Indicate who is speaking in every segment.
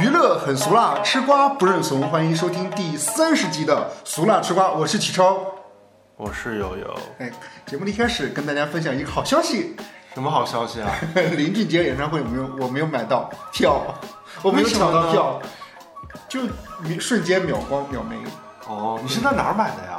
Speaker 1: 娱乐很俗辣，吃瓜不认怂。欢迎收听第三十集的《俗辣吃瓜》，我是启超。
Speaker 2: 我是友友，
Speaker 1: 哎，节目的一开始跟大家分享一个好消息，
Speaker 2: 什么好消息啊？
Speaker 1: 林俊杰演唱会我没有我没有买到票，我没有抢到票，就瞬间秒光秒没。
Speaker 2: 哦，你是在哪儿买的呀？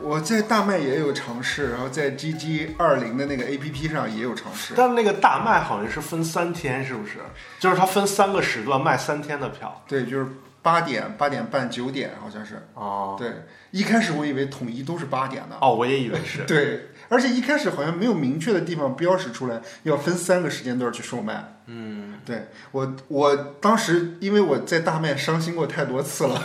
Speaker 1: 我在大麦也有尝试，然后在 GG 二零的那个 APP 上也有尝试。
Speaker 2: 但那个大卖好像是分三天，是不是？就是它分三个时段卖三天的票。
Speaker 1: 对，就是八点、八点半、九点，好像是。
Speaker 2: 哦
Speaker 1: 对，一开始我以为统一都是八点呢。
Speaker 2: 哦，我也以为是。
Speaker 1: 对，而且一开始好像没有明确的地方标识出来，要分三个时间段去售卖。
Speaker 2: 嗯，
Speaker 1: 对我，我当时因为我在大麦伤心过太多次了，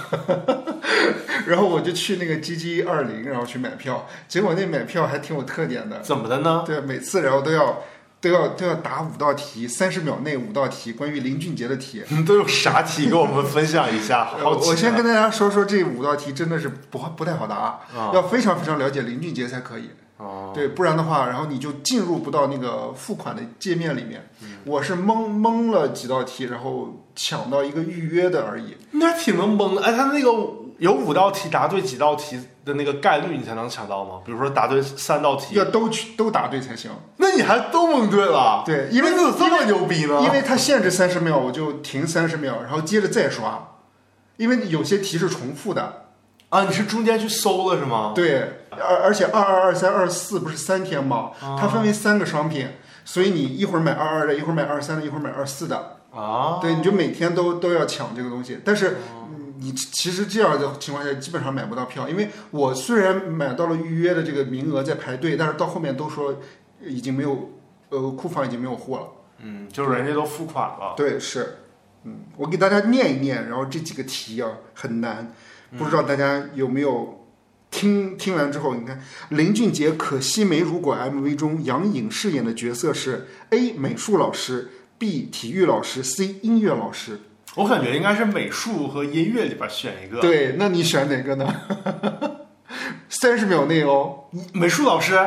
Speaker 1: 然后我就去那个 GG 二零，然后去买票，结果那买票还挺有特点的。
Speaker 2: 怎么的呢？
Speaker 1: 对，每次然后都要都要都要答五道题，三十秒内五道题，关于林俊杰的题。
Speaker 2: 你都有啥题给我们分享一下？
Speaker 1: 呃
Speaker 2: 好奇啊。
Speaker 1: 我先跟大家说说这五道题真的是不不太好答，
Speaker 2: 啊
Speaker 1: 要非常非常了解林俊杰才可以。
Speaker 2: 哦，
Speaker 1: 对，不然的话，然后你就进入不到那个付款的界面里面。
Speaker 2: 嗯
Speaker 1: 我是蒙蒙了几道题，然后抢到一个预约的而已。
Speaker 2: 你还挺能蒙的。哎，他那个有五道题，答对几道题的那个概率，你才能抢到吗？比如说答对三道题
Speaker 1: 要，都去都答对才行。
Speaker 2: 那你还都蒙对了。
Speaker 1: 对因为
Speaker 2: 你怎么这么牛逼呢？
Speaker 1: 因为它限制三十秒，我就停三十秒，然后接着再刷。因为有些题是重复的，
Speaker 2: 啊，你是中间去搜了是吗？
Speaker 1: 对，而而且二二二三二四不是三天吗？
Speaker 2: 啊
Speaker 1: 它分为三个商品，所以你一会儿买二二的，一会儿买二三的，一会儿买二四的，
Speaker 2: 啊，
Speaker 1: 对，你就每天都都要抢这个东西，但是嗯你其实这样的情况下基本上买不到票，因为我虽然买到了预约的这个名额在排队，但是到后面都说呃已经没有，呃，库房已经没有货了。
Speaker 2: 嗯，就是人家都付款了。
Speaker 1: 对，是，嗯，我给大家念一念，然后这几个题啊很难，不知道大家有没有。听听完之后，你看林俊杰《可惜没如果》MV 中杨颖饰演的角色是 A 美术老师，B 体育老师，C 音乐老师。
Speaker 2: 我感觉应该是美术和音乐里边选一个。，
Speaker 1: 对，那你选哪个呢？ 三十秒内哦，
Speaker 2: 美术老师。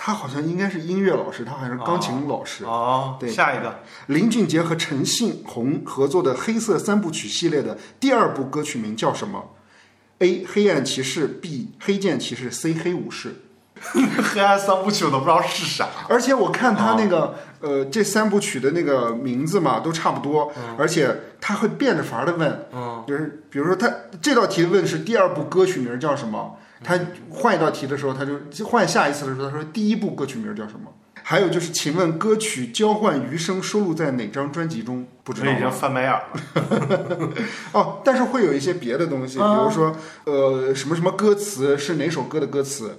Speaker 1: 他好像应该是音乐老师，他好像是钢琴老师。
Speaker 2: 哦，
Speaker 1: 对
Speaker 2: 下一个
Speaker 1: 林俊杰和陈信宏合作的黑色三部曲系列的第二部歌曲名叫什么？A. 黑暗骑士 B. 黑剑骑士 C. 黑武士。
Speaker 2: 黑暗三部曲我都不知道是啥。
Speaker 1: 而且我看他那个、呃这三部曲的那个名字嘛都差不多，而且他会变着法儿的问，
Speaker 2: 嗯
Speaker 1: 就是比如说他这道题问是第二部歌曲名儿叫什么，他换一道题的时候他就换下一次的时候他说第一部歌曲名儿叫什么。还有就是，请问歌曲《交换余生》收录在哪张专辑中？不知道
Speaker 2: 这已经
Speaker 1: 吗
Speaker 2: 翻白眼了。
Speaker 1: 哦，但是会有一些别的东西，比如说，呃，什么什么歌词是哪首歌的歌词，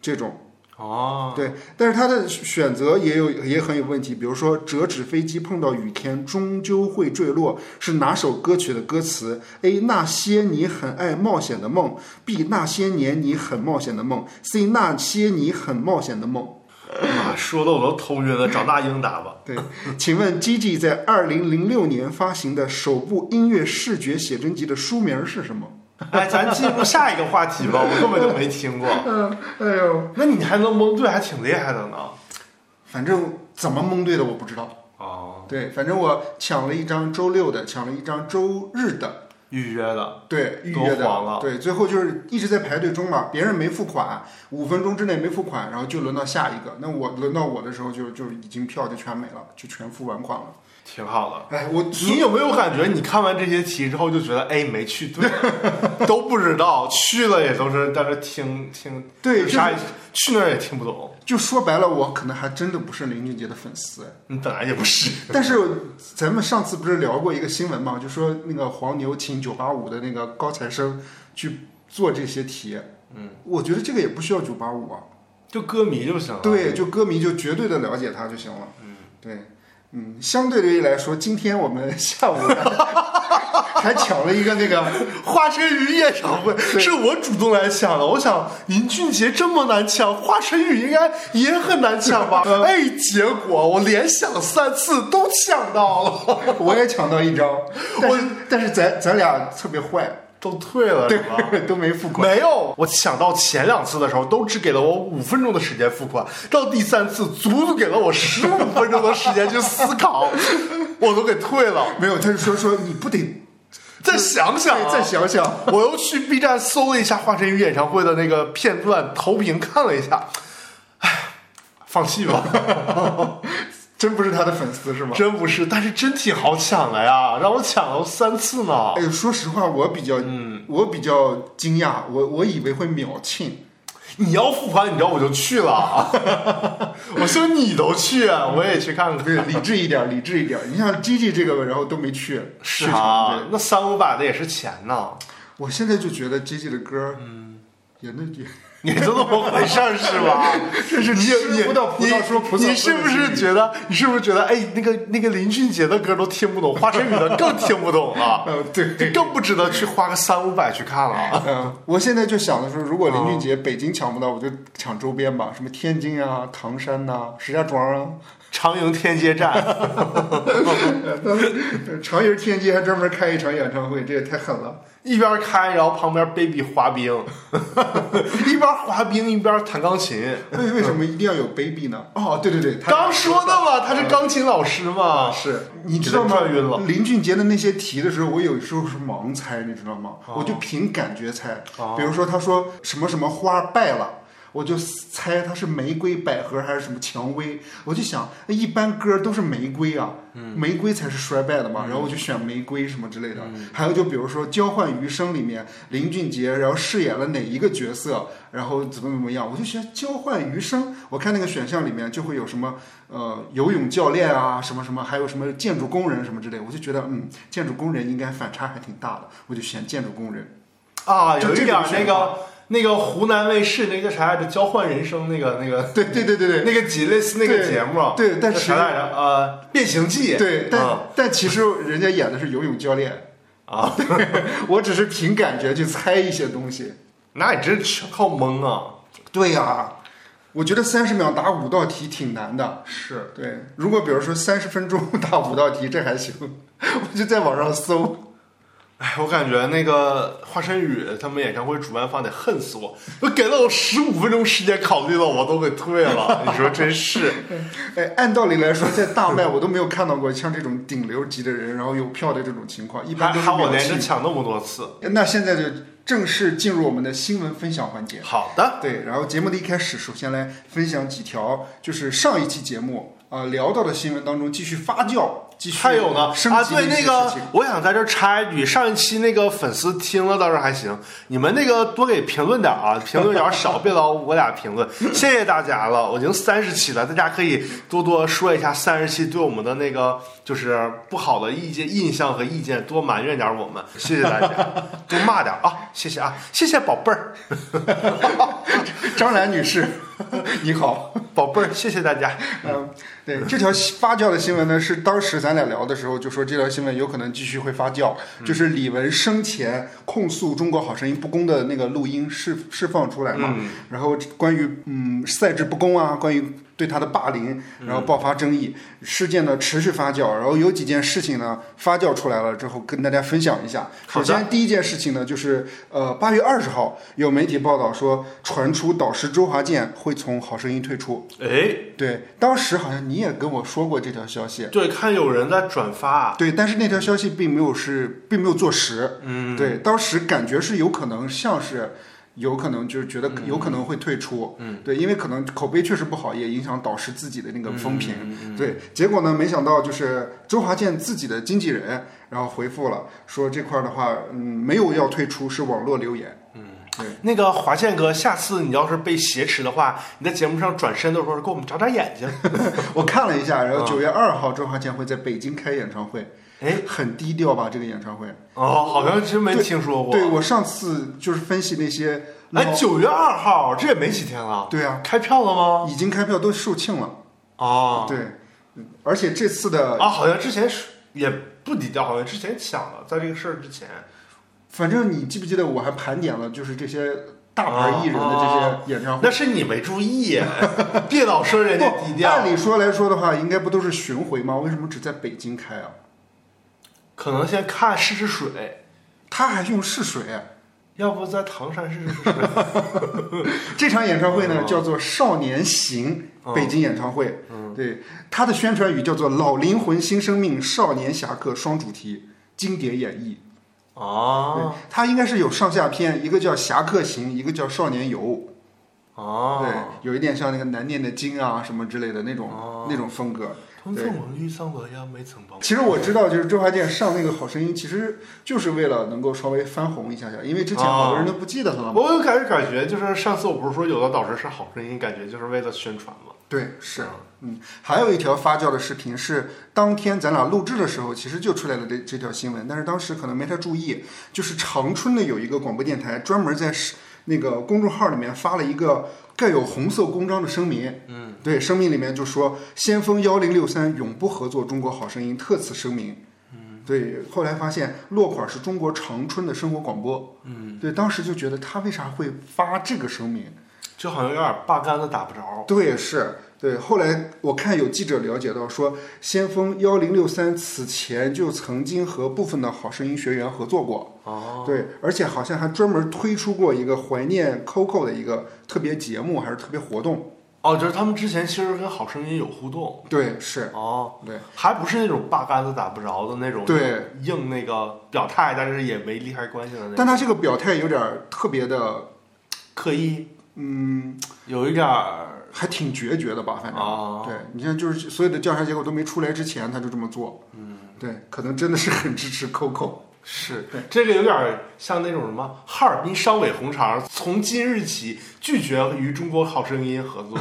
Speaker 1: 这种。
Speaker 2: 哦，
Speaker 1: 对，但是他的选择也有也很有问题，比如说折纸飞机碰到雨天终究会坠落是哪首歌曲的歌词？A 那些你很爱冒险的梦，B 那些年你很冒险的梦，C 那些你很冒险的梦。
Speaker 2: 妈啊说的我都头晕了，找那英打 吧。
Speaker 1: 对，请问 Gigi 在二零零六年发行的首部音乐视觉写真集的书名是什么？
Speaker 2: 哎，咱进入下一个话题吧，我根本就没听过。
Speaker 1: 嗯，哎呦，
Speaker 2: 那 你还能蒙对，还挺厉害的呢。
Speaker 1: 反正怎么蒙对的我不知道。
Speaker 2: 哦，
Speaker 1: 对，反正我抢了一张周六的，抢了一张周日的。
Speaker 2: 预约的，
Speaker 1: 对，预
Speaker 2: 都
Speaker 1: 约
Speaker 2: 黄
Speaker 1: 的
Speaker 2: 了，
Speaker 1: 对，最后就是一直在排队中嘛，别人没付款，五分钟之内没付款，然后就轮到下一个，那我轮到我的时候就就已经票就全没了，就全付完款了。
Speaker 2: 挺好的。
Speaker 1: 哎，我
Speaker 2: 你有没有感觉，你看完这些题之后就觉得，哎，没去 对，都不知道，去了也都是在这听听，
Speaker 1: 对
Speaker 2: 有啥也去那儿也听不懂。
Speaker 1: 就说白了，我可能还真的不是林俊杰的粉丝。
Speaker 2: 你本来也不是，
Speaker 1: 但是咱们上次不是聊过一个新闻嘛，就说那个黄牛请九八五的那个高材生去做这些题，嗯，我觉得这个也不需要九八五啊，
Speaker 2: 就歌迷就行了。
Speaker 1: 啊对，就歌迷就绝对的了解他就行了。嗯，对，嗯，相对于来说，今天我们下午 还还抢了一个那个，
Speaker 2: 华晨宇夜场会
Speaker 1: 对
Speaker 2: 是我主动来抢的。我想林俊杰这么难抢，华晨宇应该也很难抢吧？ 哎，结果我连想三次都抢到了，
Speaker 1: 我也抢到一张，但是但是咱咱俩特别坏，
Speaker 2: 都退了是吧？
Speaker 1: 都没付款。
Speaker 2: 没有，我抢到前两次的时候，都只给了我五分钟的时间付款，到第三次足足给了我 十五分钟的时间去思考，我都给退了。
Speaker 1: 没有，他是说说你不得
Speaker 2: 再想想、
Speaker 1: 对
Speaker 2: 啊，
Speaker 1: 再想想，
Speaker 2: 我又去 B 站搜了一下华晨宇演唱会的那个片段投屏，看了一下，唉，放弃吧，
Speaker 1: 真不是他的粉丝是吗？啊
Speaker 2: 真不是，但是真挺好抢的呀，让我抢了三次呢。
Speaker 1: 哎，说实话，我比较，我比较惊讶，我我以为会秒庆，
Speaker 2: 你要复盘，你知道我就去了， 我说你都去，我也去看看。
Speaker 1: 对，理智一点，理智一点。你像 Gigi 这个，然后都没去，
Speaker 2: 是
Speaker 1: 去
Speaker 2: 啊
Speaker 1: 场，对
Speaker 2: 那三五百的也是钱呐，
Speaker 1: 我现在就觉得 Gigi 的歌，嗯，也那也
Speaker 2: 你就那么回事儿是吧？
Speaker 1: 真是
Speaker 2: 你
Speaker 1: 吃
Speaker 2: 你
Speaker 1: 不到葡萄说葡萄酸
Speaker 2: 你，你是不是觉得你是不是觉得哎，那个那个林俊杰的歌都听不懂，华晨宇的更听不懂了，
Speaker 1: 呃，对，
Speaker 2: 这更不值得去花个三五百去看了。啊
Speaker 1: 嗯，我现在就想的是，如果林俊杰北京抢不到，我就抢周边吧，什么天津啊、唐山呐、石家庄啊，
Speaker 2: 长营天街站，
Speaker 1: 呃长营天街还专门开一场演唱会，这也太狠了。
Speaker 2: 一边开，然后旁边 baby 滑冰， 一边滑冰一边弹钢琴。
Speaker 1: 为为什么一定要有 baby 呢？哦，对对对，他嗯
Speaker 2: 刚说的嘛，他是钢琴老师嘛。
Speaker 1: 是你知道吗
Speaker 2: 给他转晕了？
Speaker 1: 林俊杰的那些题的时候，我有时候是盲猜，你知道吗？我就凭感觉猜。比如说他说什么什么花败了。我就猜他是玫瑰、百合还是什么蔷薇，我就想，那一般歌都是玫瑰啊，玫瑰才是衰败的嘛，然后我就选玫瑰什么之类的。还有就比如说《交换余生》里面，林俊杰然后饰演了哪一个角色，然后怎么怎么样，我就选《交换余生》。我看那个选项里面就会有什么呃游泳教练啊，什么什么，还有什么建筑工人什么之类，我就觉得嗯，建筑工人应该反差还挺大的，我就选建筑工人。
Speaker 2: 啊，
Speaker 1: 就
Speaker 2: 有一
Speaker 1: 这
Speaker 2: 点
Speaker 1: 种
Speaker 2: 儿那
Speaker 1: 选
Speaker 2: 个那个湖南卫视那个啥来着，《交换人生》那个那个
Speaker 1: 对对对对对。
Speaker 2: 那个几类似那个
Speaker 1: 对
Speaker 2: 节目，啊
Speaker 1: 对但
Speaker 2: 叫
Speaker 1: 是
Speaker 2: 啥来着？呃，《变形记》
Speaker 1: 对，但、
Speaker 2: 嗯
Speaker 1: 但其实人家演的是游泳教练，
Speaker 2: 啊，
Speaker 1: 我只是凭感觉去猜一些东西。
Speaker 2: 那你真是靠蒙啊！
Speaker 1: 对呀、我觉得三十秒答五道题挺难的。
Speaker 2: 是，
Speaker 1: 对，如果比如说三十分钟答五道题，这还行，我就在网上搜。
Speaker 2: 哎，我感觉那个华晨宇他们演唱会主办方得恨死我，都给了我十五分钟时间考虑了，我都给退了。你说 真是，
Speaker 1: 哎，按道理来说，在大麦我都没有看到过像这种顶流级的人，然后有票的这种情况，一
Speaker 2: 还
Speaker 1: 般都是
Speaker 2: 还我
Speaker 1: 秒
Speaker 2: 连着
Speaker 1: 弃。
Speaker 2: 抢那么多次。
Speaker 1: 那现在就正式进入我们的新闻分享环节。
Speaker 2: 好的，
Speaker 1: 对，然后节目的一开始，首先来分享几条，就是上一期节目啊、呃聊到的新闻当中继续发酵，继续
Speaker 2: 还有呢
Speaker 1: 升
Speaker 2: 啊，
Speaker 1: 级的
Speaker 2: 对
Speaker 1: 一些
Speaker 2: 那
Speaker 1: 事
Speaker 2: 个
Speaker 1: 情。，
Speaker 2: 我想在这儿插一句，上一期那个粉丝听了倒是还行，你们那个多给评论点儿啊，评论点儿少，别老我俩评 论，谢谢大家了，我已经三十期了，大家可以多多说一下三十期对我们的那个就是不好的意见、印象和意见，多埋怨点儿我们，谢谢 大家，多骂点儿啊，谢谢啊，谢谢宝贝儿，
Speaker 1: 张兰女士， 你好。
Speaker 2: 宝贝儿，谢谢大家，
Speaker 1: 嗯，对，这条发酵的新闻呢，是当时咱俩聊的时候就说这条新闻有可能继续会发酵，
Speaker 2: 嗯
Speaker 1: 就是李玟生前控诉《中国好声音》不公的那个录音释释放出来嘛，
Speaker 2: 嗯
Speaker 1: 然后关于嗯赛制不公啊，关于对她的霸凌，
Speaker 2: 嗯
Speaker 1: 然后爆发争议，事件呢持续发酵，然后有几件事情呢发酵出来了之后，跟大家分享一下。
Speaker 2: 好
Speaker 1: 首
Speaker 2: 的
Speaker 1: 先第一件事情呢，就是呃八月二十号有媒体报道说，传出导师周华健会从《好声音》退出。
Speaker 2: 哎，
Speaker 1: 对，当时好像你也跟我说过这条消息。
Speaker 2: 对，看有人在转发，
Speaker 1: 对，但是那条消息并没有是并没有坐实。嗯，对，当时感觉是有可能像是。有可能就是觉得有可能会退出，嗯，对，因为可能口碑确实不好，也影响导师自己的那个风评，对。结果呢，没想到就是周华健自己的经纪人，然后回复了说这块儿的话，嗯，没有要退出，是网络留言，
Speaker 2: 那个华健哥，下次你要是被挟持的话，你在节目上转身的时候给我们眨眨眼睛。
Speaker 1: 我看了一下，然后九月二号周华健会在北京开演唱会，
Speaker 2: 哎，
Speaker 1: 很低调吧这个演唱会，
Speaker 2: 哦，好像真没听说过。
Speaker 1: 对我上次就是分析那些老，
Speaker 2: 哎，九月二号，这也没几天了，
Speaker 1: 对啊，
Speaker 2: 开票了吗？
Speaker 1: 已经开票都售罄了，
Speaker 2: 哦，
Speaker 1: 对，嗯而且这次的，
Speaker 2: 啊，好像之前是也不低调，好像之前抢了，在这个事儿之前，
Speaker 1: 反正你记不记得我还盘点了，就是这些大
Speaker 2: 哦
Speaker 1: 牌艺人的这些演唱会。
Speaker 2: 那是你没注意， 别老说人家低
Speaker 1: 不，
Speaker 2: 调
Speaker 1: 按，理说来说的话，应该不都是巡回吗？为什么只在北京开啊？
Speaker 2: 可能先看试试水，
Speaker 1: 他还用试水啊？
Speaker 2: 要不在唐山试试 水。
Speaker 1: 这场演唱会呢，
Speaker 2: 嗯
Speaker 1: 叫做《少年行》
Speaker 2: 嗯
Speaker 1: 北京演唱会。对，它的宣传语叫做“老灵魂新生命，少年侠客双主题，经典演绎”。
Speaker 2: 哦
Speaker 1: 对，它应该是有上下篇，一个叫《侠客行》，一个叫《少年游》。
Speaker 2: 哦，
Speaker 1: 对，有一点像那个难念的经啊什么之类的那种、
Speaker 2: 哦
Speaker 1: 那种风格。
Speaker 2: 他们凤凰绿上国家没城邦。
Speaker 1: 其实我知道，就是周华健上那个《好声音》，其实就是为了能够稍微翻红一下下，因为之前好多人都不记得他了嘛。
Speaker 2: 我有感觉，感觉就是上次我不是说有的导师是好声音，感觉就是为了宣传嘛。啊
Speaker 1: 对，是，嗯，还有一条发酵的视频是当天咱俩录制的时候，其实就出来了这这条新闻，但是当时可能没太注意，就是长春的有一个广播电台专门在是那个公众号里面发了一个盖有红色公章的声明，
Speaker 2: 嗯，
Speaker 1: 对，声明里面就说先锋幺零六三永不合作中国好声音，特此声明。嗯，对，后来发现落款是中国长春的生活广播。
Speaker 2: 嗯，
Speaker 1: 对，当时就觉得他为啥会发这个声明？
Speaker 2: 就好像有点八竿子打不着。
Speaker 1: 对，是。对，后来我看有记者了解到说，先锋幺零六三此前就曾经和部分的好声音学员合作过，
Speaker 2: 哦，
Speaker 1: 对，而且好像还专门推出过一个怀念 Coco 的一个特别节目，还是特别活动。
Speaker 2: 哦，就是他们之前其实跟好声音有互动。
Speaker 1: 对，是，
Speaker 2: 哦，
Speaker 1: 对，
Speaker 2: 还不是那种八竿子打不着的那种，
Speaker 1: 对，
Speaker 2: 硬那个表态，但是也没利害关系的那
Speaker 1: 但
Speaker 2: 种，
Speaker 1: 他这个表态有点儿特别的，
Speaker 2: 刻意
Speaker 1: 嗯，
Speaker 2: 有一点儿
Speaker 1: 还挺决绝的吧，反正。
Speaker 2: 啊，
Speaker 1: 对你像就是所有的调查结果都没出来之前，他就这么做。
Speaker 2: 嗯，
Speaker 1: 对，可能真的是很支持 Coco。
Speaker 2: 是这个有点儿像那种什么哈尔滨商委红肠，从今日起拒绝与中国好声音 合作。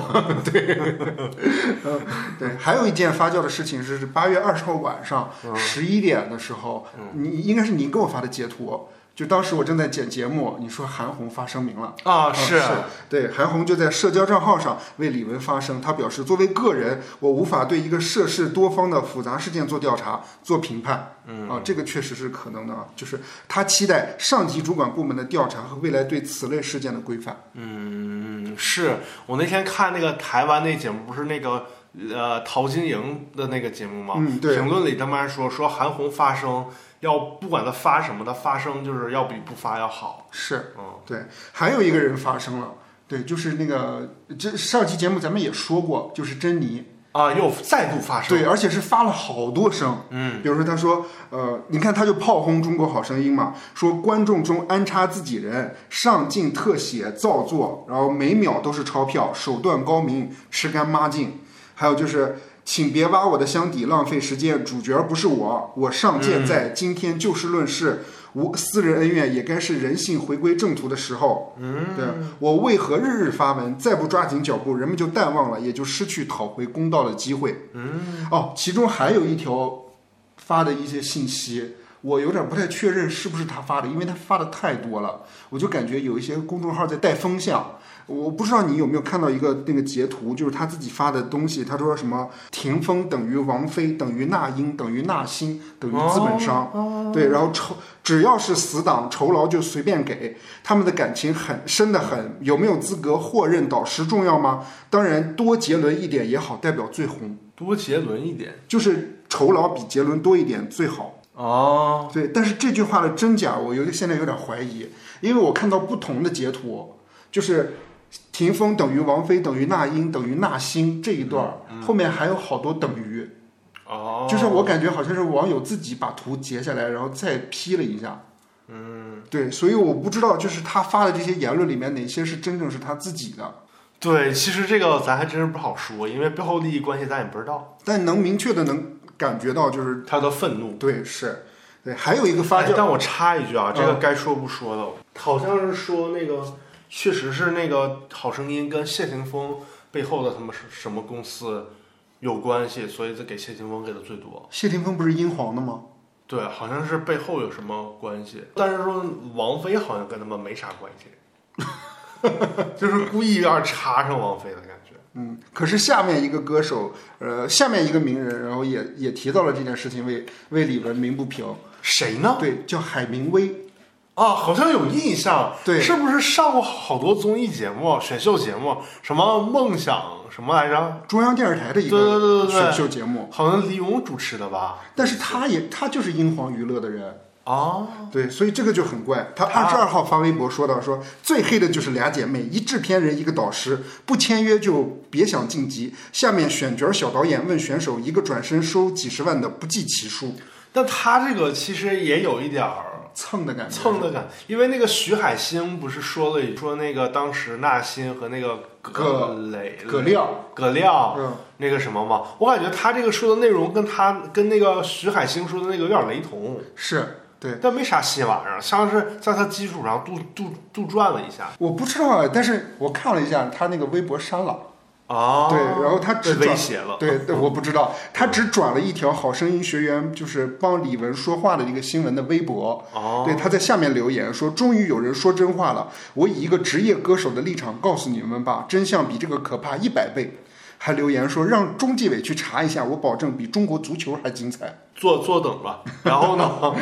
Speaker 1: 对，还有一件发酵的事情是八月二十号晚上十一点的时候，你应该是你给我发的截图，就当时我正在剪节目，你说韩红发声明了。嗯
Speaker 2: 啊，
Speaker 1: 哦是对，韩红就在社交账号上为李玟发声。她表示，作为个人，我无法对一个涉世多方的复杂事件做调查、做评判。嗯，啊，这个确实是可能的啊。就是她期待上级主管部门的调查和未来对此类事件的规范。
Speaker 2: 嗯，是我那天看那个台湾那节目，不是那个呃陶晶莹的那个节目吗？
Speaker 1: 嗯对
Speaker 2: 评论里他妈说说韩红发声，要不管他发什么，他发声就是要比不发要好。
Speaker 1: 是，
Speaker 2: 嗯，
Speaker 1: 对，还有一个人发声了。对，就是那个，这上期节目咱们也说过，就是珍妮，
Speaker 2: 啊，又再度发声。
Speaker 1: 对，而且是发了好多声，
Speaker 2: 嗯，
Speaker 1: 比如说他说，呃，你看他就炮轰中国好声音嘛，说观众中安插自己人，上镜特写造作，然后每秒都是钞票，手段高明，吃干抹净。还有就是，请别挖我的箱底，浪费时间，主角不是我，我上届在，今天就事论事。
Speaker 2: 嗯
Speaker 1: 无私人恩怨也该是人性回归正途的时候。嗯，对我为何日日发文？再不抓紧脚步，人们就淡忘了，也就失去讨回公道的机会。嗯，哦，其中还有一条发的一些信息，我有点不太确认是不是他发的，因为他发的太多了，我就感觉有一些公众号在带风向。我不知道你有没有看到一个那个截图，就是他自己发的东西，他说什么“霆锋等于王菲，等于那英，等于那星，等于资本商”对，然后酬只要是死党，酬劳就随便给，他们的感情很深得很，有没有资格获任导师重要吗？当然，多杰伦一点也好，代表最红，
Speaker 2: 多杰伦一点
Speaker 1: 就是酬劳比杰伦多一点最好。
Speaker 2: 哦，
Speaker 1: 对，但是这句话的真假，我有点现在有点怀疑，因为我看到不同的截图，就是。霆锋等于王菲等于那英等于那星这一段儿，后面还有好多等于，
Speaker 2: 哦，
Speaker 1: 就是我感觉好像是网友自己把图截下来，然后再 P 了一下，
Speaker 2: 嗯，
Speaker 1: 对，所以我不知道，就是他发的这些言论里面，哪些是真正是他自己的，
Speaker 2: 对，其实这个咱还真是不好说，因为背后利益关系咱也不知道。
Speaker 1: 但能明确的能感觉到，就是
Speaker 2: 他的愤怒
Speaker 1: 对，是，对，还有一个发
Speaker 2: 哎
Speaker 1: 酵，
Speaker 2: 但我插一句啊，
Speaker 1: 嗯
Speaker 2: 这个该说不说的，好像是说那个，确实是那个《好声音》跟谢霆锋背后的他们是什么公司有关系，所以就给谢霆锋给的最多。
Speaker 1: 谢霆锋不是英皇的吗？
Speaker 2: 对，好像是背后有什么关系，但是说王菲好像跟他们没啥关系， 就是故意有点插上王菲的感觉。
Speaker 1: 嗯，可是下面一个歌手，呃，下面一个名人，然后也也提到了这件事情为，为李玟鸣不平，
Speaker 2: 谁呢？
Speaker 1: 对，叫海明威，
Speaker 2: 啊，好像有印象，
Speaker 1: 对
Speaker 2: 是不是上过好多综艺节目、选秀节目，什么梦想什么来着？
Speaker 1: 中央电视台的一
Speaker 2: 对对
Speaker 1: 个
Speaker 2: 对对对
Speaker 1: 选秀节目，
Speaker 2: 好像李咏主持的吧？
Speaker 1: 但是他也他就是英皇娱乐的人，
Speaker 2: 啊，
Speaker 1: 对，所以这个就很怪。他
Speaker 2: 他
Speaker 1: 二十二号发微博说到说，最黑的就是俩姐妹，一制片人，一个导师，不签约就别想晋级。下面选角小导演问选手，一个转身收几十万的不计其数。
Speaker 2: 但他这个其实也有一点儿
Speaker 1: 蹭的感觉，
Speaker 2: 蹭的感，因为那个徐海星不是说了说那个当时纳新和那个葛雷
Speaker 1: 葛亮，
Speaker 2: 葛亮
Speaker 1: 嗯，
Speaker 2: 那个什么嘛，我感觉他这个说的内容跟他跟那个徐海星说的那个有点雷同，
Speaker 1: 是对。
Speaker 2: 但没啥新玩意儿，像是在他基础上杜杜杜撰了一下
Speaker 1: 我不知道啊，但是我看了一下，他那个微博删了，
Speaker 2: 啊
Speaker 1: 对，然后他
Speaker 2: 被
Speaker 1: 只
Speaker 2: 威
Speaker 1: 转，
Speaker 2: 胁了，
Speaker 1: 对，对我不知道，他只转了一条《好声音》学员就是帮李玟说话的一个新闻的微博，
Speaker 2: 哦，
Speaker 1: 对，他在下面留言说：“终于有人说真话了！我以一个职业歌手的立场告诉你们吧，真相比这个可怕一百倍。”还留言说：“让中纪委去查一下，我保证比中国足球还精彩。
Speaker 2: 坐坐等吧，然后呢，”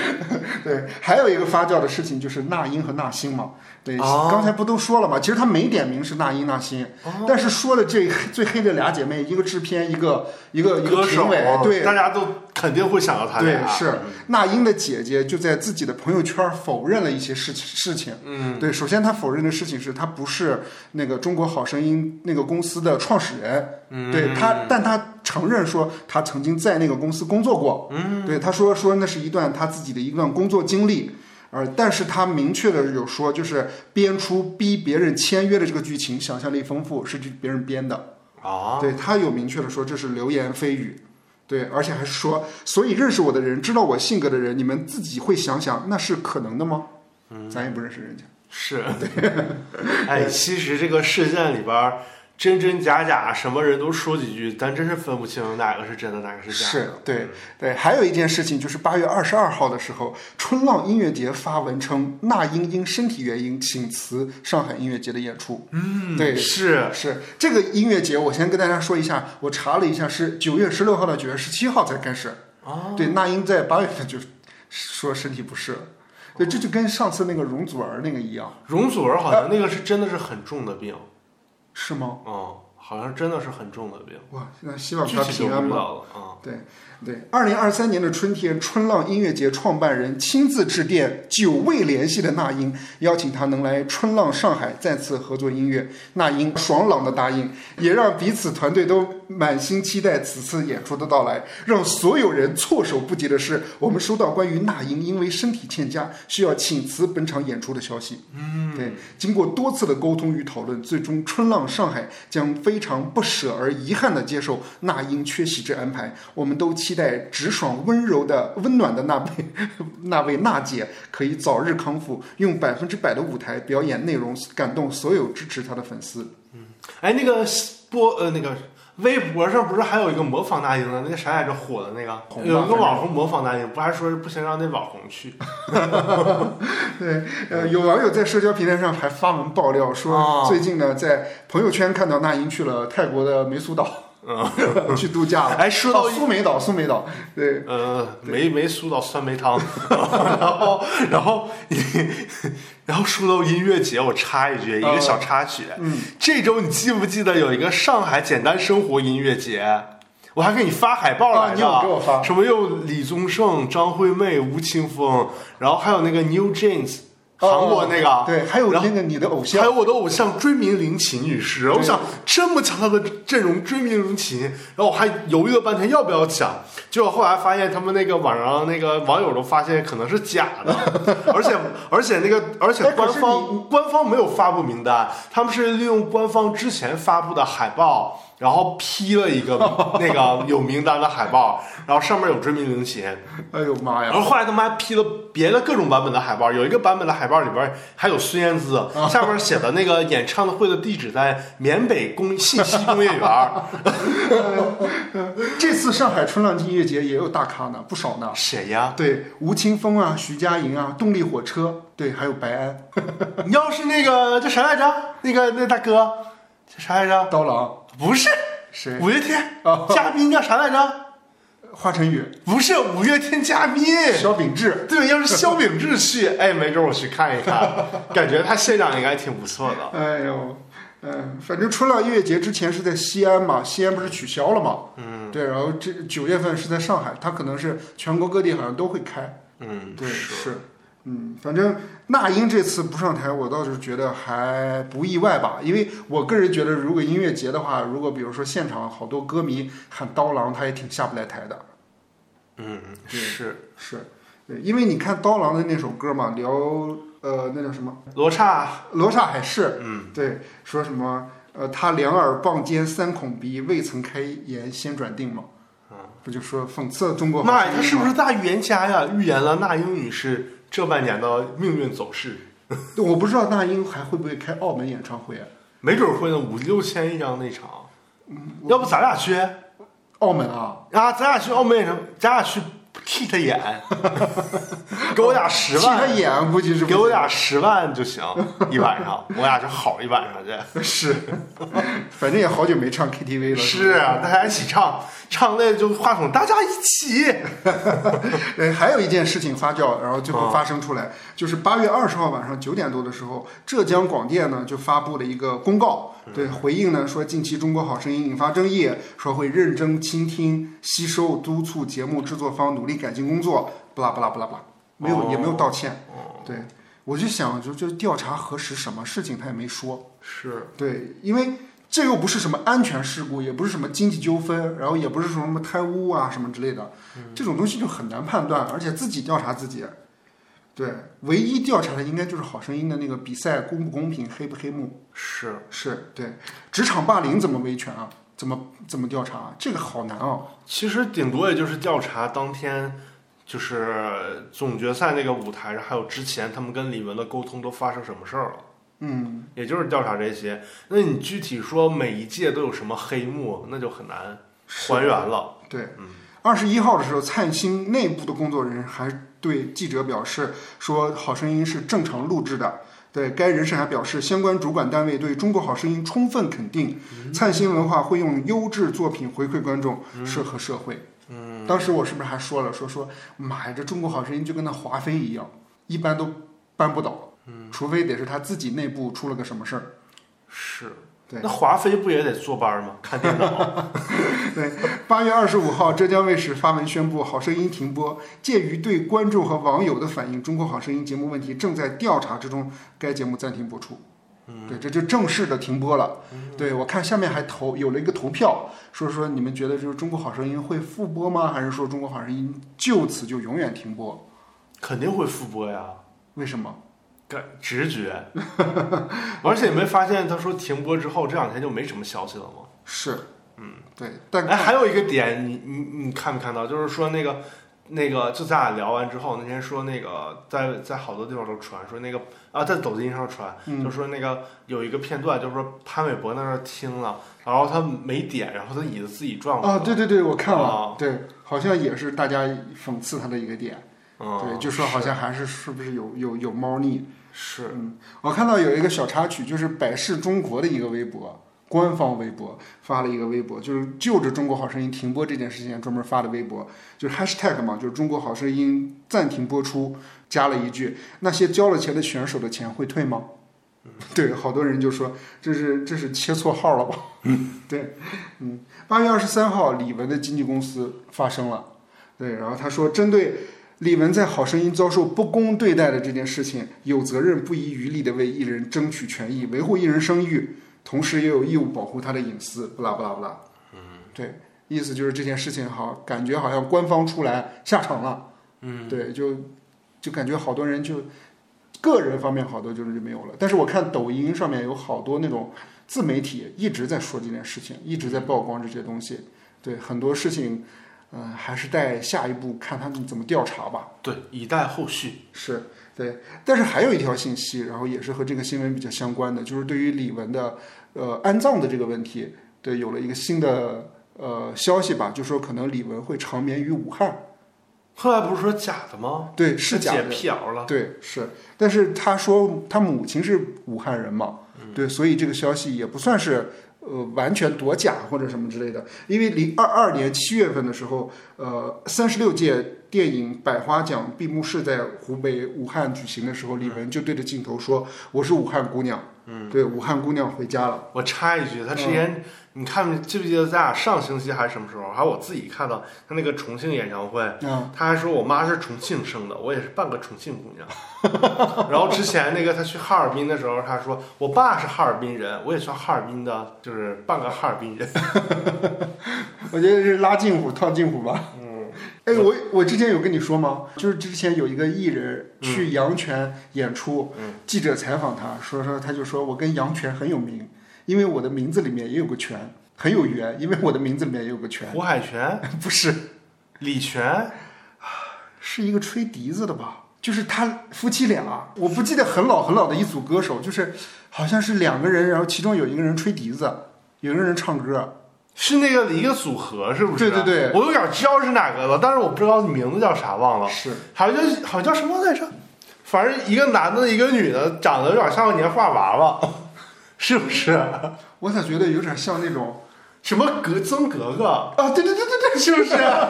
Speaker 1: 对，还有一个发酵的事情就是那英和那星嘛。对，
Speaker 2: 哦
Speaker 1: 刚才不都说了嘛？其实他没点名是那英那星，但是说了这最黑的俩姐妹，一个制片，一个一个一个
Speaker 2: 歌手啊
Speaker 1: 评委，对。
Speaker 2: 大家都肯定会想到他
Speaker 1: 对
Speaker 2: 俩，，
Speaker 1: 是那英的姐姐就在自己的朋友圈否认了一些事情事情，
Speaker 2: 嗯，
Speaker 1: 对，首先他否认的事情是他不是那个中国好声音那个公司的创始人，
Speaker 2: 嗯
Speaker 1: 对他，但他承认说他曾经在那个公司工作过，嗯，对，他说说那是一段他自己的一段工作经历。呃，但是他明确的有说，就是编出逼别人签约的这个剧情，想象力丰富是别人编的。
Speaker 2: 啊，
Speaker 1: 对他有明确的说这是流言蜚语，对，而且还是说，所以认识我的人，知道我性格的人，你们自己会想想，那是可能的吗？嗯，咱也不认识人家。
Speaker 2: 是， 哎，其实这个事件里边儿真真假假，什么人都说几句，咱真是分不清哪个是真的，哪个是假的。嗯
Speaker 1: 是对对，还有一件事情就是八月二十二号的时候，春浪音乐节发文称那英因身体原因请辞上海音乐节的演出。嗯，对，
Speaker 2: 是
Speaker 1: 是这个音乐节，我先跟大家说一下，我查了一下，是九月十六号到九月十七号才开始。
Speaker 2: 啊，
Speaker 1: 对，那英在八月份就说身体不适了。对，这就跟上次那个容祖儿那个一样，
Speaker 2: 容祖儿好像那个是真的是很重的病，
Speaker 1: 是吗？
Speaker 2: 嗯，好像真的是很重的病，
Speaker 1: 哇，那希望
Speaker 2: 具
Speaker 1: 他
Speaker 2: 体就
Speaker 1: 平
Speaker 2: 不
Speaker 1: 安
Speaker 2: 知
Speaker 1: 吧。
Speaker 2: 道了啊。
Speaker 1: 对对，二零二三年的春天，春浪音乐节创办人亲自致电久未联系的那英，邀请他能来春浪上海再次合作音乐。那英爽朗的答应，也让彼此团队都满心期待此次演出的到来。让所有人措手不及的是，我们收到关于那英因为身体欠佳需要请辞本场演出的消息。嗯，对，经过多次的沟通与讨论，最终春浪上海将非常不舍而遗憾地接受那英缺席之安排。我们都期待直爽温柔的温暖的那位 那位娜姐可以早日康复，用百分之百的舞台表演内容感动所有支持她的粉丝。
Speaker 2: 哎，那个播呃那个。微博上不是还有一个模仿那英的那个啥来着火的那个，
Speaker 1: 红吧
Speaker 2: 有一
Speaker 1: 反
Speaker 2: 个
Speaker 1: 正
Speaker 2: 网红模仿那英，不还说是不行让那网红去
Speaker 1: 对，呃，有网友在社交平台上还发文爆料
Speaker 2: 哦
Speaker 1: 说，最近呢在朋友圈看到那英去了泰国的梅苏岛， 去度假了。
Speaker 2: 哎说到
Speaker 1: 哦苏梅岛，苏梅岛，对，
Speaker 2: 呃，没没输到酸梅汤， 然后然后然后说到音乐节，我插一句，一个小插曲，
Speaker 1: 嗯，
Speaker 2: 这周你记不记得有一个上海简单生活音乐节？我还给你发海报来
Speaker 1: 啊
Speaker 2: 着，
Speaker 1: 你有给我发
Speaker 2: 什么又李宗盛、张惠妹、吴青峰，然后还有那个 New Jeans，韩国那个，
Speaker 1: 哦对，还有
Speaker 2: 然后
Speaker 1: 那个你的偶
Speaker 2: 还
Speaker 1: 像，
Speaker 2: 有我的偶像追名林琴女士，我想这么强大的阵容追名林琴，然后我还犹豫了半天要不要讲，结果后来发现他们那个网上那个网友都发现可能是假 的，而且而且那个而且
Speaker 1: 哎可
Speaker 2: 官
Speaker 1: 是你
Speaker 2: 方官方没有发布名单，他们是利用官方之前发布的海报。然后 P 了一个那个有名单的海报，然后上面有追名林琴，
Speaker 1: 哎呦妈呀，
Speaker 2: 然后后来他们还 P 了别的各种版本的海报，有一个版本的海报里边还有孙燕姿，
Speaker 1: 啊
Speaker 2: 下面写的那个演唱会的地址在缅北工信息工业园。
Speaker 1: 这次上海春浪音乐节也有大咖呢，不少呢。
Speaker 2: 谁呀？
Speaker 1: 对，吴青峰啊，徐佳莹啊，动力火车，对，还有白安、
Speaker 2: 你要是那个叫啥来着？那个那大哥叫啥来着？
Speaker 1: 刀郎，
Speaker 2: 不是
Speaker 1: 谁？
Speaker 2: 五月天
Speaker 1: 啊，
Speaker 2: 嘉宾叫啥来着？
Speaker 1: 华晨宇、
Speaker 2: 不是五月天嘉宾。
Speaker 1: 肖秉志，
Speaker 2: 对，要是肖秉志去，哎，没准我去看一看，感觉他现场应该挺不错的。
Speaker 1: 哎呦。嗯，反正春浪音乐节之前是在西安嘛，西安不是取消了嘛？嗯，对，然后这九月份是在上海，它可能是全国各地好像都会开。
Speaker 2: 嗯，
Speaker 1: 对，是，嗯，反正那英这次不上台，我倒是觉得还不意外吧，因为我个人觉得，如果音乐节的话，如果比如说现场好多歌迷喊刀郎，他也挺下不来台的。
Speaker 2: 嗯，是。
Speaker 1: 是，对，因为你看刀郎的那首歌嘛，聊呃那叫什么
Speaker 2: 罗刹，
Speaker 1: 罗刹海市，
Speaker 2: 嗯，
Speaker 1: 对，说什么呃他两耳傍肩三孔鼻，未曾开言先转定嘛，不就说讽刺中国好
Speaker 2: 妈
Speaker 1: 声
Speaker 2: 呀，
Speaker 1: 音
Speaker 2: 嗯他是不
Speaker 1: 吗
Speaker 2: 是大预言家呀？预言了那英女士这半年的命运走势，
Speaker 1: 我不知道那英还会不会开澳门演唱会啊？
Speaker 2: 没准会呢，五六千一张那场，要不咱俩去啊？
Speaker 1: 澳门啊，
Speaker 2: 咱俩去澳门演唱，咱俩去替他 演，给我俩十
Speaker 1: 替他
Speaker 2: 万，
Speaker 1: 演估计是不
Speaker 2: 给我
Speaker 1: 行
Speaker 2: 俩十万就行，一 晚上，我俩就好一晚上去。
Speaker 1: 是，反正也好久没唱 KTV 了，
Speaker 2: 是啊，大家一起唱，唱累了就话筒，大家一起。
Speaker 1: 呃，还有一件事情发酵，然后最后
Speaker 2: 嗯
Speaker 1: 发生出来，就是八月二十号晚上九点多的时候，浙江广电呢就发布了一个公告，
Speaker 2: 嗯
Speaker 1: 对回应呢说近期《中国好声音》引发争议，说会认真倾听、吸收、督促节目制作方努力改进工作，不啦不啦不啦不啦，没
Speaker 2: 哦
Speaker 1: 有、也没有道歉。对，我就想就就调查核实什么事情，他也没说。
Speaker 2: 是，
Speaker 1: 对，因为这又不是什么安全事故，也不是什么经济纠纷，然后也不是什么贪污啊什么之类的，这种东西就很难判断，而且自己调查自己。对，唯一调查的应该就是《好声音》的那个比赛公不公平、黑不黑幕。
Speaker 2: 是，
Speaker 1: 是对，职场霸凌怎么维权啊？怎么怎么调查、啊？这个好难啊！
Speaker 2: 其实顶多也就是调查当天，就是总决赛那个舞台上，还有之前他们跟李玟的沟通都发生什么事儿了，
Speaker 1: 嗯，
Speaker 2: 也就是调查这些。那你具体说每一届都有什么黑幕，那就很难还原了。
Speaker 1: 对，二十一号的时候，灿星内部的工作人员还对记者表示说，《好声音》是正常录制的。对该人士还表示，相关主管单位对中国好声音充分肯定，灿星文化会用优质作品回馈观众，适合社会。嗯，当时我是不是还说了，说说妈呀，这中国好声音就跟那华妃一样，一般都扳不倒，嗯，除非得是他自己内部出了个什么事儿。
Speaker 2: 是，
Speaker 1: 对
Speaker 2: 那华妃不也得坐班吗？看电脑。
Speaker 1: 八月二十五号，浙江卫视发文宣布《好声音》停播。鉴于对观众和网友的反映，《中国好声音》节目问题正在调查之中，该节目暂停播出。对，这就正式的停播了。对我看下面还投有了一个投票，说说你们觉得就是《中国好声音》会复播吗？还是说《中国好声音》就此就永远停播？
Speaker 2: 肯定会复播呀，
Speaker 1: 为什么？
Speaker 2: 感直觉。而且你没发现他说停播之后这两天就没什么消息了吗？
Speaker 1: 是，嗯，对，但
Speaker 2: 哎，还有一个点，你你你看没看到？就是说那个那个，就咱俩聊完之后，那天说那个在在好多地方都传说那个啊，在抖音上传，
Speaker 1: 嗯
Speaker 2: 就说那个有一个片段，就是说潘玮柏在那儿听了，然后他没点，然后他椅子自己转过来
Speaker 1: 啊，
Speaker 2: 了
Speaker 1: 对对对，我看了，
Speaker 2: 啊
Speaker 1: 对，好像也是大家讽刺他的一个点。
Speaker 2: 嗯，
Speaker 1: 对，就说好像还是是不是有有有猫腻？
Speaker 2: 是
Speaker 1: 嗯，我看到有一个小插曲，就是百事中国的一个微博，官方微博发了一个微博，就是就着《中国好声音》停播这件事情专门发的微博，就是 hashtag 嘛，就是《中国好声音》暂停播出，加了一句那些交了钱的选手的钱会退吗？对，好多人就说这是这是切错号了吧？ 对，嗯，八月二十三号，李玟的经纪公司发声了，对，然后他说针对李玟在《好声音》遭受不公对待的这件事情，有责任不遗余力地为艺人争取权益，维护艺人声誉，同时也有义务保护她的隐私。不啦不啦不啦，嗯，对，意思就是这件事情好，感觉好像官方出来下场了，嗯，对，就就感觉好多人就个人方面好多就是就没有了。但是我看抖音上面有好多那种自媒体一直在说这件事情，一直在曝光这些东西，对很多事情。嗯，还是待下一步看他们怎么调查吧。
Speaker 2: 对，以待后续。
Speaker 1: 是对，但是还有一条信息，然后也是和这个新闻比较相关的，就是对于李玟的呃安葬的这个问题，对，有了一个新的呃消息吧，就说可能李玟会长眠于武汉，
Speaker 2: 后来不是说假的吗？
Speaker 1: 对，是假
Speaker 2: 解
Speaker 1: 的，
Speaker 2: 辟谣了。
Speaker 1: 对，是，但是他说他母亲是武汉人嘛，对，所以这个消息也不算是呃完全躲假或者什么之类的，因为零二二年七月份的时候，呃，三十六届电影百花奖闭幕式在湖北武汉举行的时候，李玟就对着镜头说：“我是武汉姑娘。”嗯，对，武汉姑娘回家了。
Speaker 2: 我插一句，他之前、
Speaker 1: 嗯
Speaker 2: 你看记不记得咱俩上星期还是什么时候，还有我自己看到他那个重庆演唱会，
Speaker 1: 啊、
Speaker 2: 他还说我妈是重庆生的，我也是半个重庆姑娘。 然后之前那个他去哈尔滨的时候，他说我爸是哈尔滨人，我也是哈尔滨的，就是半个哈尔滨人。
Speaker 1: 我觉得是拉近乎套近乎吧。嗯，哎，我我之前有跟你说吗？就是之前有一个艺人
Speaker 2: 嗯
Speaker 1: 去阳泉演出，记者采访他说说，他就说我跟阳泉很有名，因为我的名字里面也有个泉，很有缘，因为我的名字里面也有个泉，
Speaker 2: 胡海泉、
Speaker 1: 不是
Speaker 2: 李泉，
Speaker 1: 是一个吹笛子的吧？就是他夫妻俩，我不记得很老很老的一组歌手，就是好像是两个人，然后其中有一个人吹笛子，有一个人唱歌，
Speaker 2: 是那个一个组合，是不是？
Speaker 1: 对对对
Speaker 2: 我有点知道是哪个了，但是我不知道名字叫啥，忘了，
Speaker 1: 是
Speaker 2: 好像叫好像叫什么来着？反正一个男的，一个女的，长得有点像个年画娃娃， 是不是？
Speaker 1: 我咋觉得有点像那种
Speaker 2: 什么格曾格格，
Speaker 1: 啊？对对对对对，是不是？ 哎呀，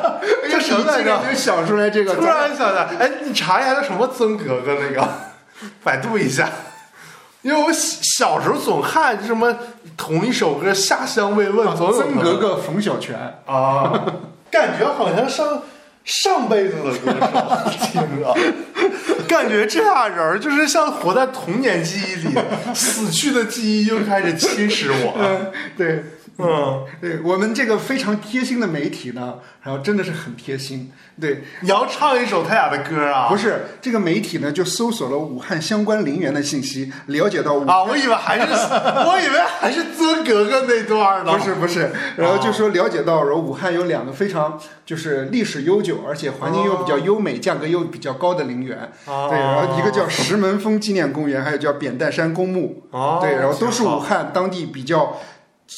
Speaker 2: 这什么来着
Speaker 1: 一记就想出来这个，
Speaker 2: 突然想起来，哎，你查一下叫什么曾格格那个，百度一下。因为我小小时候总看什么同一首歌《下乡慰问》，总有
Speaker 1: 啊曾
Speaker 2: 它
Speaker 1: 格格、冯小泉，
Speaker 2: 啊，感觉好像上上辈子的歌手， 听着，感觉这俩人儿就是像活在童年记忆里，死去的记忆又开始侵蚀我。
Speaker 1: 嗯，对。
Speaker 2: 嗯，
Speaker 1: 对我们这个非常贴心的媒体呢，然后真的是很贴心。对，
Speaker 2: 你要唱一首他俩的歌啊
Speaker 1: 不？是这个媒体呢，就搜索了武汉相关陵园的信息，了解到武
Speaker 2: 啊，我以为还是我以为还是曾格格那段呢。
Speaker 1: 不是不是，然后就
Speaker 2: 啊
Speaker 1: 说了解到，然后武汉有两个非常就是历史悠久，而且环境又比
Speaker 2: 啊
Speaker 1: 较优美、价格又比较高的陵园。
Speaker 2: 哦
Speaker 1: 对，然后一个叫石门峰纪念公园，还有叫扁担山公墓。
Speaker 2: 哦
Speaker 1: 对，然后都是
Speaker 2: 挺好
Speaker 1: 武汉当地比较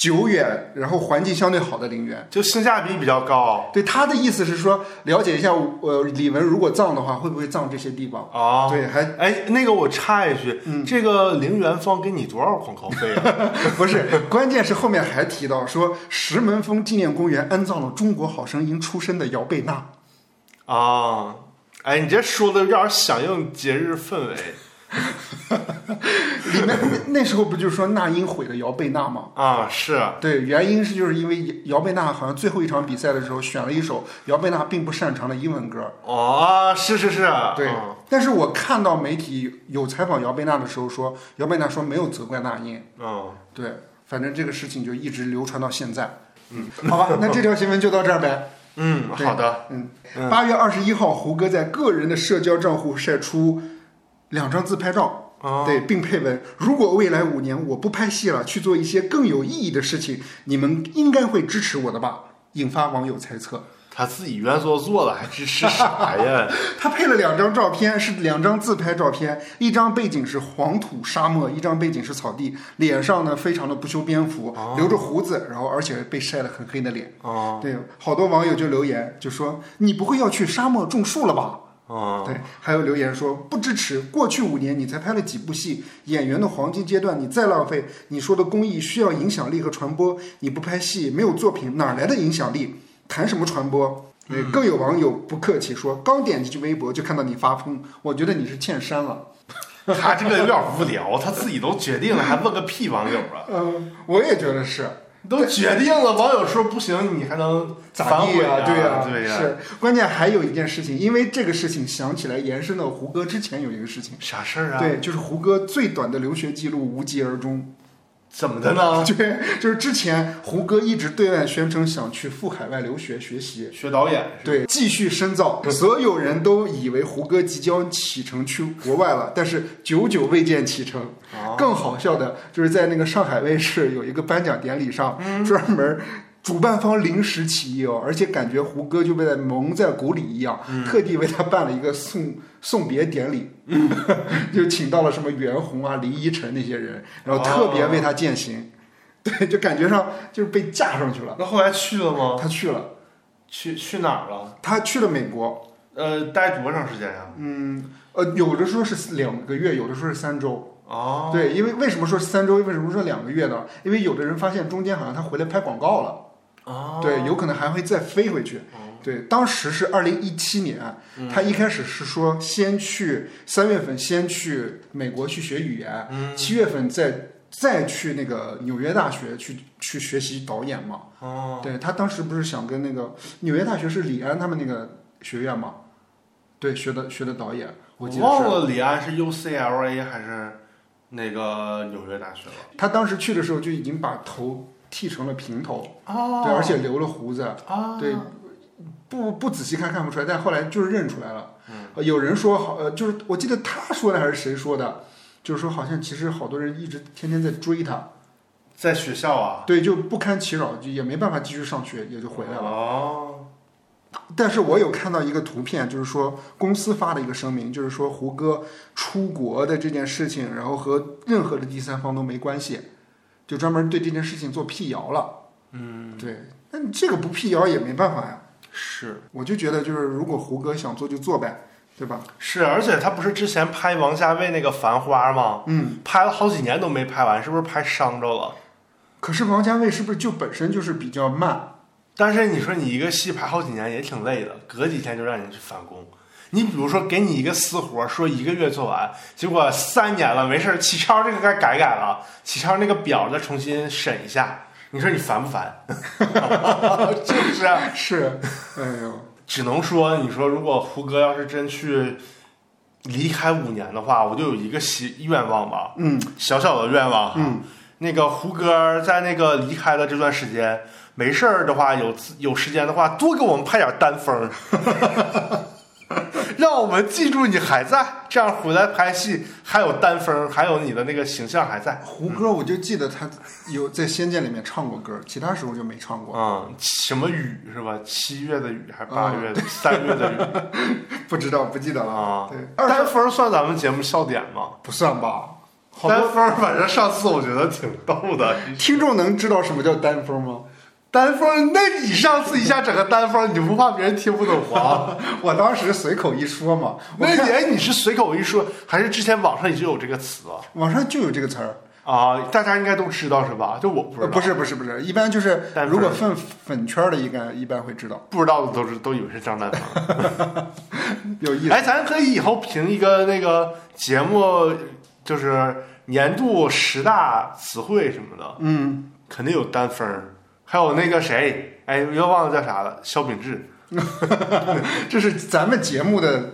Speaker 1: 久远，然后环境相对好的陵园。
Speaker 2: 就性价比比较高
Speaker 1: 对他的意思是说，了解一下，呃，李玟如果葬的话，会不会葬这些地方？
Speaker 2: 啊。
Speaker 1: 对，还
Speaker 2: 哎，那个我插一句，
Speaker 1: 嗯
Speaker 2: 这个陵园方给你多少广告费 啊？
Speaker 1: 不是，关键是后面还提到说，石门峰纪念公园安葬了《中国好声音》出身的姚贝娜。哦
Speaker 2: 啊，哎，你这说的有点响应节日氛围
Speaker 1: 里面那那时候不就说那英毁了姚贝娜吗？
Speaker 2: 啊，是
Speaker 1: 对，原因是就是因为姚贝娜好像最后一场比赛的时候选了一首姚贝娜并不擅长的英文歌。
Speaker 2: 哦，是是是，
Speaker 1: 对
Speaker 2: 嗯，
Speaker 1: 但是我看到媒体有采访姚贝娜的时候说，姚贝娜说没有责怪那英。
Speaker 2: 嗯，
Speaker 1: 对，反正这个事情就一直流传到现在。嗯， 好吧，那这条新闻就到这儿呗。
Speaker 2: 嗯，
Speaker 1: 对
Speaker 2: 好的，
Speaker 1: 嗯
Speaker 2: 嗯，
Speaker 1: 八月二十一号，胡歌在个人的社交账户晒出两张自拍照，
Speaker 2: 啊，
Speaker 1: 对，并配文：“如果未来五年我不拍戏了，去做一些更有意义的事情，你们应该会支持我的吧？”引发网友猜测。
Speaker 2: 他自己愿做做了，还支持啥呀？
Speaker 1: 他配了两张照片，是两张自拍照片，一张背景是黄土沙漠，一张背景是草地，脸上呢非常的不修边幅，留着胡子，然后而且被晒得很黑的脸。
Speaker 2: 啊
Speaker 1: 对，好多网友就留言就说：“你不会要去沙漠种树了吧？”
Speaker 2: 啊，
Speaker 1: 对，还有留言说不支持。过去五年你才拍了几部戏，演员的黄金阶段你再浪费，你说的公益需要影响力和传播，你不拍戏没有作品哪来的影响力？谈什么传播？对，
Speaker 2: 嗯
Speaker 1: 更有网友不客气说，刚点进去微博就看到你发疯，我觉得你是欠删了。
Speaker 2: 他这个有点无聊，他自己都决定了，还问个屁网友 啊？
Speaker 1: 嗯、我也觉得是。
Speaker 2: 都决定了，网友说不行，你还能
Speaker 1: 咋
Speaker 2: 反
Speaker 1: 地
Speaker 2: 悔
Speaker 1: 呀、啊对呀、
Speaker 2: 呀，对呀，
Speaker 1: 是。关键还有一件事情，因为这个事情想起来延伸到胡歌之前有一个事情，
Speaker 2: 啥事儿啊？
Speaker 1: 对，就是胡歌最短的留学记录无疾而终。
Speaker 2: 怎么的呢？
Speaker 1: 对，就是之前胡歌一直对外宣称想去赴海外留学学习，
Speaker 2: 学导演是吧
Speaker 1: 对，继续深造。所有人都以为胡歌即将启程去国外了，但是久久未见启程。
Speaker 2: 啊
Speaker 1: 更好笑的就是在那个上海卫视有一个颁奖典礼上，专门。主办方临时起意哦，而且感觉胡歌就被蒙在鼓里一样，特地为他办了一个送送别典礼， 就请到了什么袁弘啊、林依晨那些人，然后特别为他践行，对，就感觉上就是被架上去了。
Speaker 2: 那后来去了吗？
Speaker 1: 他去了，
Speaker 2: 去去哪儿了？
Speaker 1: 他去了美国，
Speaker 2: 呃，待多长时间呀、
Speaker 1: 呃，有的说是两个月，有的说是三周，
Speaker 2: 哦，
Speaker 1: 对，因为为什么说是三周，为什么说两个月呢？因为有的人发现中间好像他回来拍广告了，
Speaker 2: 哦，
Speaker 1: 对，有可能还会再飞回去。对，当时是二零一七年，
Speaker 2: 嗯
Speaker 1: 他一开始是说先去三月份先去美国去学语言，
Speaker 2: 嗯
Speaker 1: 七月份再再去那个纽约大学去去学习导演嘛。
Speaker 2: 哦，
Speaker 1: 对他当时不是想跟那个纽约大学是李安他们那个学院嘛？对，学的学的导演，我记得
Speaker 2: 忘
Speaker 1: 是。
Speaker 2: 了李安是 UCLA 还是那个纽约大学了。
Speaker 1: 他当时去的时候就已经把头剃成了平头。
Speaker 2: 哦
Speaker 1: 对，而且留了胡子，
Speaker 2: 啊，
Speaker 1: 对，不不仔细看看不出来，但后来就是认出来了。呃有人说好，呃，就是我记得他说的还是谁说的，就是说好像其实好多人一直天天在追他，
Speaker 2: 在学校啊，
Speaker 1: 对，就不堪其扰，就也没办法继续上学，也就回来了。
Speaker 2: 哦，
Speaker 1: 但是我有看到一个图片，就是说公司发的一个声明，就是说胡歌出国的这件事情，然后和任何的第三方都没关系，就专门对这件事情做辟谣了。嗯，对，那你这个不辟谣也没办法呀。
Speaker 2: 是
Speaker 1: 我就觉得就是如果胡歌想做就做呗，对吧？
Speaker 2: 是，而且他不是之前拍王家卫那个《繁花》吗？
Speaker 1: 嗯，
Speaker 2: 拍了好几年都没拍完，是不是拍伤着了？
Speaker 1: 可是王家卫是不是就本身就是比较慢？
Speaker 2: 但是你说你一个戏拍好几年也挺累的，隔几天就让你去返工。你比如说给你一个私活，说一个月做完，结果三年了没事儿，启超这个该改改了，启超那个表再重新审一下，你说你烦不烦？ 是不是？啊
Speaker 1: 是， 哎呦，
Speaker 2: 只能说，你说如果胡歌要是真去离开五年的话，我就有一个希愿望吧，
Speaker 1: 嗯
Speaker 2: 小小的愿望哈。
Speaker 1: 嗯
Speaker 2: 那个胡歌在那个离开的这段时间，没事儿的话，有自有时间的话，多给我们拍点单风儿， 让我们记住你还在，这样回来拍戏还有单风儿，还有你的那个形象还在。
Speaker 1: 胡歌我就记得他有在《仙剑》里面唱过歌，其他时候就没唱过，
Speaker 2: 嗯，什么雨是吧？七月的雨还是
Speaker 1: 嗯
Speaker 2: 八月的、三月的雨
Speaker 1: 不知道不记得了。
Speaker 2: 啊？
Speaker 1: 对，二
Speaker 2: 单风儿算咱们节目笑点吗？
Speaker 1: 不算吧？好
Speaker 2: 单
Speaker 1: 多
Speaker 2: 峰儿，反正上次我觉得挺逗的。
Speaker 1: 听众能知道什么叫单峰吗？
Speaker 2: 单峰儿，那你上次一下整个单峰儿，你不怕别人听不懂 吗？
Speaker 1: 我当时随口一说嘛，我
Speaker 2: 那你
Speaker 1: 看
Speaker 2: 哎，你是随口一说，还是之前网上已经有这个词了
Speaker 1: 网上就有这个词儿。
Speaker 2: 啊？大家应该都知道是吧？就我不知道，
Speaker 1: 呃不是不是不是，一般就是
Speaker 2: 单峰
Speaker 1: 如果粉粉圈的，应该一般会知道，
Speaker 2: 不知道的都是都以为是张 丹峰。
Speaker 1: 有意思。
Speaker 2: 哎，咱可以以后评一个那个节目，就是年度十大词汇什么的，
Speaker 1: 嗯，
Speaker 2: 肯定有单峰儿，还有那个谁，哎，又忘了叫啥了，萧秉治
Speaker 1: 这是咱们节目的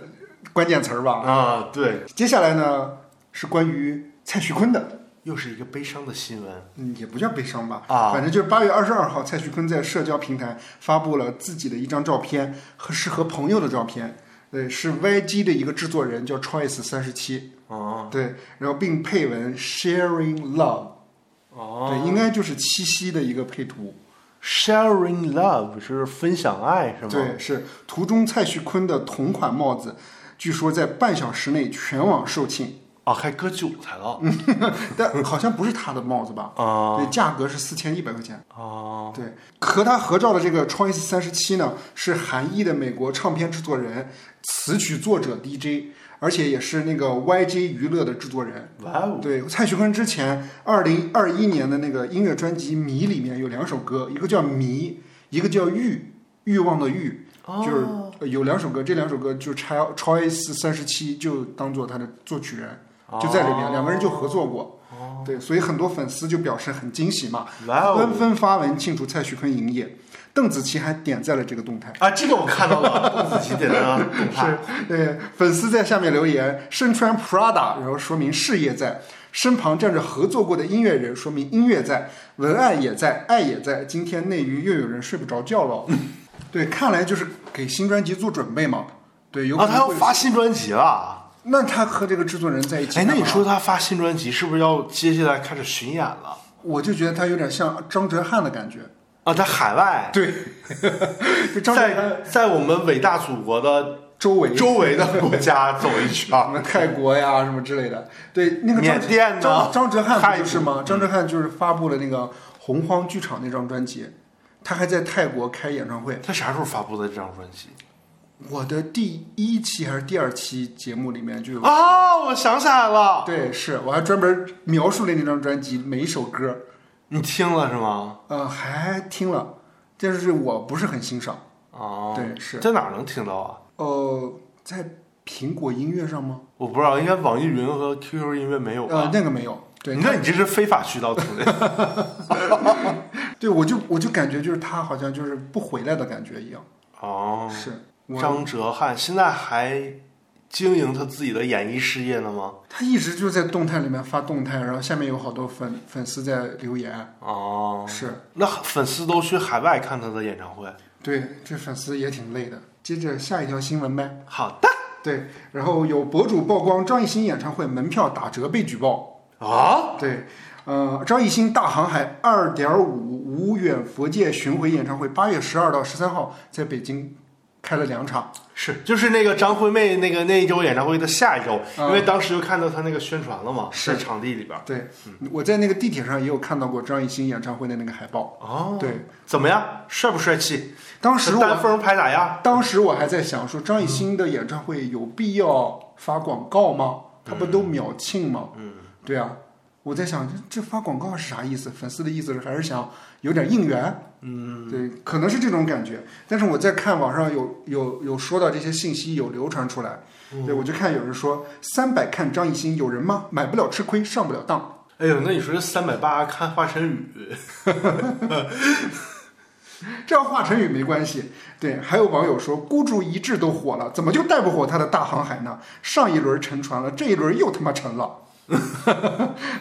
Speaker 1: 关键词儿吧？
Speaker 2: 啊，对，
Speaker 1: 接下来呢是关于蔡徐坤的。
Speaker 2: 又是一个悲伤的新闻。
Speaker 1: 嗯，也不叫悲伤吧，
Speaker 2: 啊
Speaker 1: 反正就是八月二十二号，蔡徐坤在社交平台发布了自己的一张照片，和是和朋友的照片，对，是 YG 的一个制作人叫 Choice 三十七，
Speaker 2: 哦
Speaker 1: 对，然后并配文 Sharing Love，、
Speaker 2: 哦
Speaker 1: 对，应该就是七夕的一个配图，
Speaker 2: ，sharing love 是分享爱是吗？
Speaker 1: 对，是图中蔡徐坤的同款帽子，据说在半小时内全网售罄，
Speaker 2: 啊，还割韭菜了
Speaker 1: 嗯但好像不是他的帽子吧？
Speaker 2: 啊
Speaker 1: 对，价格是四千一百块钱。
Speaker 2: 啊！
Speaker 1: 对，和他合照的这个 Choice 三十七呢，是韩裔的美国唱片制作人、词曲作者 DJ，而且也是那个 YG 娱乐的制作人。
Speaker 2: 哇哦，
Speaker 1: 对，蔡徐坤之前二零二一年的那个音乐专辑《迷》里面有两首歌，一个叫《迷》，一个叫《欲》，欲望的欲，
Speaker 2: 哦
Speaker 1: 就是呃有两首歌，这两首歌就 Choi- Choice 三十七就当做他的作曲人，就在里面，
Speaker 2: 哦
Speaker 1: 两个人就合作过。对，所以很多粉丝就表示很惊喜嘛，
Speaker 2: 哇哦
Speaker 1: 纷纷发文庆祝蔡徐坤营业。邓紫棋还点赞了这个动态。
Speaker 2: 啊，这个我看到了，邓紫棋 点赞啊，动态
Speaker 1: 对，呃粉丝在下面留言，身穿 Prada，然后说明事业在，身旁站着合作过的音乐人，说明音乐在，文案也在，爱也在。今天内娱又有人睡不着觉了，
Speaker 2: 嗯
Speaker 1: 对，看来就是给新专辑做准备嘛。对，有可
Speaker 2: 啊，他
Speaker 1: 能
Speaker 2: 要
Speaker 1: 会。
Speaker 2: 发新专辑了。
Speaker 1: 那他和这个制作人在一起，
Speaker 2: 哎，那你说，他发新专辑是不是要接下来开始巡演了？
Speaker 1: 我就觉得他有点像张哲瀚的感觉。
Speaker 2: 啊，在海外，
Speaker 1: 对， 就张哲瀚
Speaker 2: 在在我们伟大祖国的
Speaker 1: 周围。
Speaker 2: 周围的国家走一
Speaker 1: 什
Speaker 2: 圈，
Speaker 1: 么泰国呀，什么之类的。对，那个张
Speaker 2: 缅甸呢
Speaker 1: 张张哲瀚
Speaker 2: 泰
Speaker 1: 不就是吗？张哲
Speaker 2: 嗯
Speaker 1: 瀚就是发布了那个洪荒剧场那张专辑，他还在泰国开演唱会。
Speaker 2: 他啥时候发布的这张专辑？
Speaker 1: 嗯我的第一期还是第二期节目里面就有，
Speaker 2: 啊，我想起来了，
Speaker 1: 对，是我还专门描述了那张专辑每一首歌，
Speaker 2: 你听了是吗？
Speaker 1: 呃，还听了，但是我不是很欣赏。
Speaker 2: 哦，
Speaker 1: 对，是，
Speaker 2: 在哪儿能听到啊？
Speaker 1: 呃，在苹果音乐上吗？
Speaker 2: 我不知道，应该网易云和 QQ 音乐没有
Speaker 1: 呃
Speaker 2: 吧，？
Speaker 1: 那个没有。对，
Speaker 2: 那你这是非法渠道听 的
Speaker 1: 对我就我就感觉就是他好像就是不回来的感觉一样。
Speaker 2: 哦。
Speaker 1: 是，我
Speaker 2: 张哲瀚现在还经营他自己的演艺事业呢吗？
Speaker 1: 他一直就在动态里面发动态，然后下面有好多粉粉丝在留言，
Speaker 2: 哦，
Speaker 1: 是
Speaker 2: 那粉丝都去海外看他的演唱会。
Speaker 1: 对，这粉丝也挺累的。接着下一条新闻呗，
Speaker 2: 好的
Speaker 1: 对，然后有博主曝光张艺兴演唱会门票打折被举报，
Speaker 2: 啊，
Speaker 1: 对，呃，张艺兴大航海二点五无远佛界巡回演唱会，八月十二到十三号在北京开了两场。
Speaker 2: 是就是那个张惠妹那个那一周演唱会的下一周，
Speaker 1: 嗯
Speaker 2: 因为当时就看到他那个宣传了嘛，
Speaker 1: 是
Speaker 2: 在场地里边。
Speaker 1: 对，
Speaker 2: 嗯
Speaker 1: 我在那个地铁上也有看到过张艺兴演唱会的那个海报。
Speaker 2: 哦，
Speaker 1: 对，
Speaker 2: 怎么样，帅不帅气？
Speaker 1: 当时
Speaker 2: 单
Speaker 1: 我
Speaker 2: 峰拍打呀？
Speaker 1: 当时我还在想说，张艺兴的演唱会有必要发广告吗？他不都秒罄吗？嗯，对啊，我在想这这发广告是啥意思？粉丝的意思是还是想有点应援。
Speaker 2: 嗯，
Speaker 1: 对，可能是这种感觉。但是我在看网上有有有说到这些信息有流传出来，对我就看有人说三百看张艺兴有人吗？买不了吃亏，上不了当。
Speaker 2: 哎呦，那你说这三百八看华晨宇，
Speaker 1: 这样华晨宇没关系。对，还有网友说孤注一掷都火了，怎么就带不火他的大航海呢？上一轮沉船了，这一轮又他妈沉了。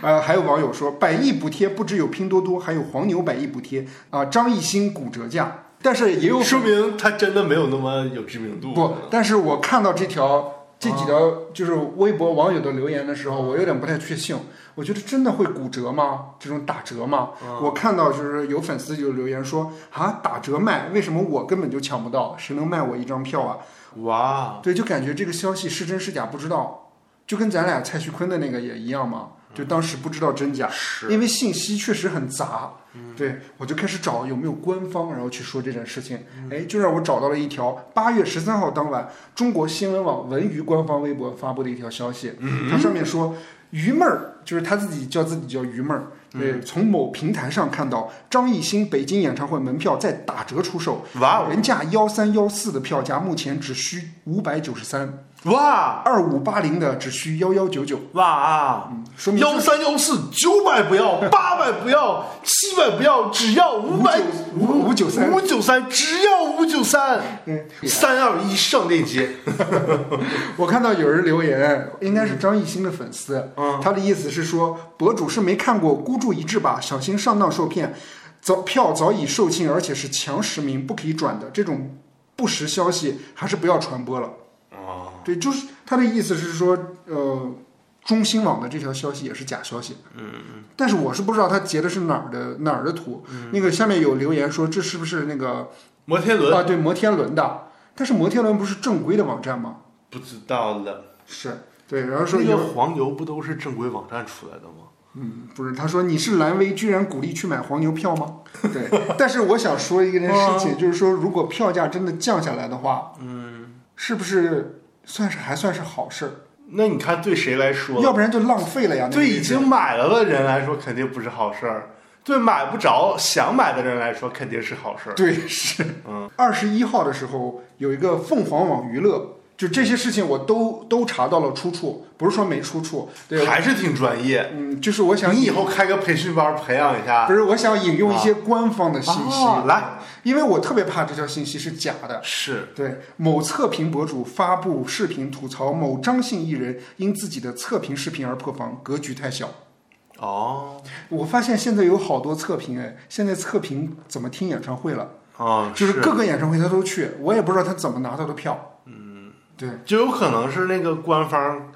Speaker 1: 呃，还有网友说百亿补贴不只有拼多多，还有黄牛百亿补贴啊、张艺兴骨折价。但是也有
Speaker 2: 说明他真的没有那么有知名度。
Speaker 1: 不，但是我看到这条这几条就是微博网友的留言的时候，我有点不太确信。我觉得真的会骨折吗？这种打折吗？我看到就是有粉丝就留言说啊，打折卖，为什么我根本就抢不到？谁能卖我一张票啊？
Speaker 2: 哇，
Speaker 1: 对，就感觉这个消息是真是假不知道，就跟咱俩蔡徐坤的那个也一样嘛，就当时不知道真假，
Speaker 2: 是嗯
Speaker 1: 因为信息确实很杂，对我就开始找有没有官方，然后去说这件事情。
Speaker 2: 嗯
Speaker 1: 哎，就让我找到了一条八月十三号当晚中国新闻网文娱官方微博发布的一条消息，
Speaker 2: 嗯
Speaker 1: 它上面说。于妹儿就是她自己叫自己叫于妹儿，
Speaker 2: 嗯
Speaker 1: 对，从某平台上看到张艺兴北京演唱会门票在打折出售，
Speaker 2: 哇哦
Speaker 1: 人价幺三幺四的票价目前只需五百九十三，
Speaker 2: 哇
Speaker 1: 二五八零的只需幺幺九九，
Speaker 2: 哇啊！
Speaker 1: 说明
Speaker 2: 幺三幺四九百不要，八百不要，七百不要，只要五百
Speaker 1: 五五九三
Speaker 2: 五九三，只要五九三，
Speaker 1: 嗯，
Speaker 2: 三二一上链接。
Speaker 1: 我看到有人留言，应该是张艺兴的粉丝，
Speaker 2: 嗯
Speaker 1: 他的意思是说，博主是没看过，孤注一掷吧，小心上当受骗。早票早已售罄，而且是强实名，不可以转的，这种不实消息还是不要传播了。
Speaker 2: 哦，
Speaker 1: 对，就是他的意思是说，呃，中新网的这条消息也是假消息。嗯，但是我是不知道他截的是哪儿的哪儿的图。
Speaker 2: 嗯
Speaker 1: 那个下面有留言说，这是不是那个
Speaker 2: 摩天轮
Speaker 1: 啊？对，摩天轮的。但是摩天轮不是正规的网站吗？
Speaker 2: 不知道了。
Speaker 1: 是对，然后
Speaker 2: 那
Speaker 1: 说有
Speaker 2: 个黄牛不都是正规网站出来的吗？
Speaker 1: 嗯，不是，他说你是蓝威，居然鼓励去买黄牛票 吗？对，但是我想说一件事
Speaker 2: 嗯
Speaker 1: 情，就是说如果票价真的降下来的话，嗯，是不是算是还算是好事儿？
Speaker 2: 那你看对谁来说？
Speaker 1: 要不然就浪费了呀。啊那个
Speaker 2: 对
Speaker 1: 日
Speaker 2: 已
Speaker 1: 子
Speaker 2: 经买了的人来说，肯定不是好事儿；对买不着、想买的人来说，肯定是好事儿。
Speaker 1: 对是，嗯，二十一号的时候有一个凤凰网娱乐，就这些事情我都都查到了出处，不是说没出处，对，
Speaker 2: 还是挺专业。
Speaker 1: 嗯，就是我想
Speaker 2: 你以后开个培训班培养一下
Speaker 1: 不是我想引用一些官方的信息，
Speaker 2: 哦来，
Speaker 1: 因为我特别怕这条信息是假的。
Speaker 2: 是
Speaker 1: 对，某测评博主发布视频吐槽某张姓艺人因自己的测评视频而破防，格局太小。
Speaker 2: 哦
Speaker 1: 我发现现在有好多测评，哎，现在测评怎么听演唱会了？
Speaker 2: 哦，
Speaker 1: 啊就是各个演唱会他都去，我也不知道他怎么拿到的票。嗯，对，
Speaker 2: 就有可能是那个官方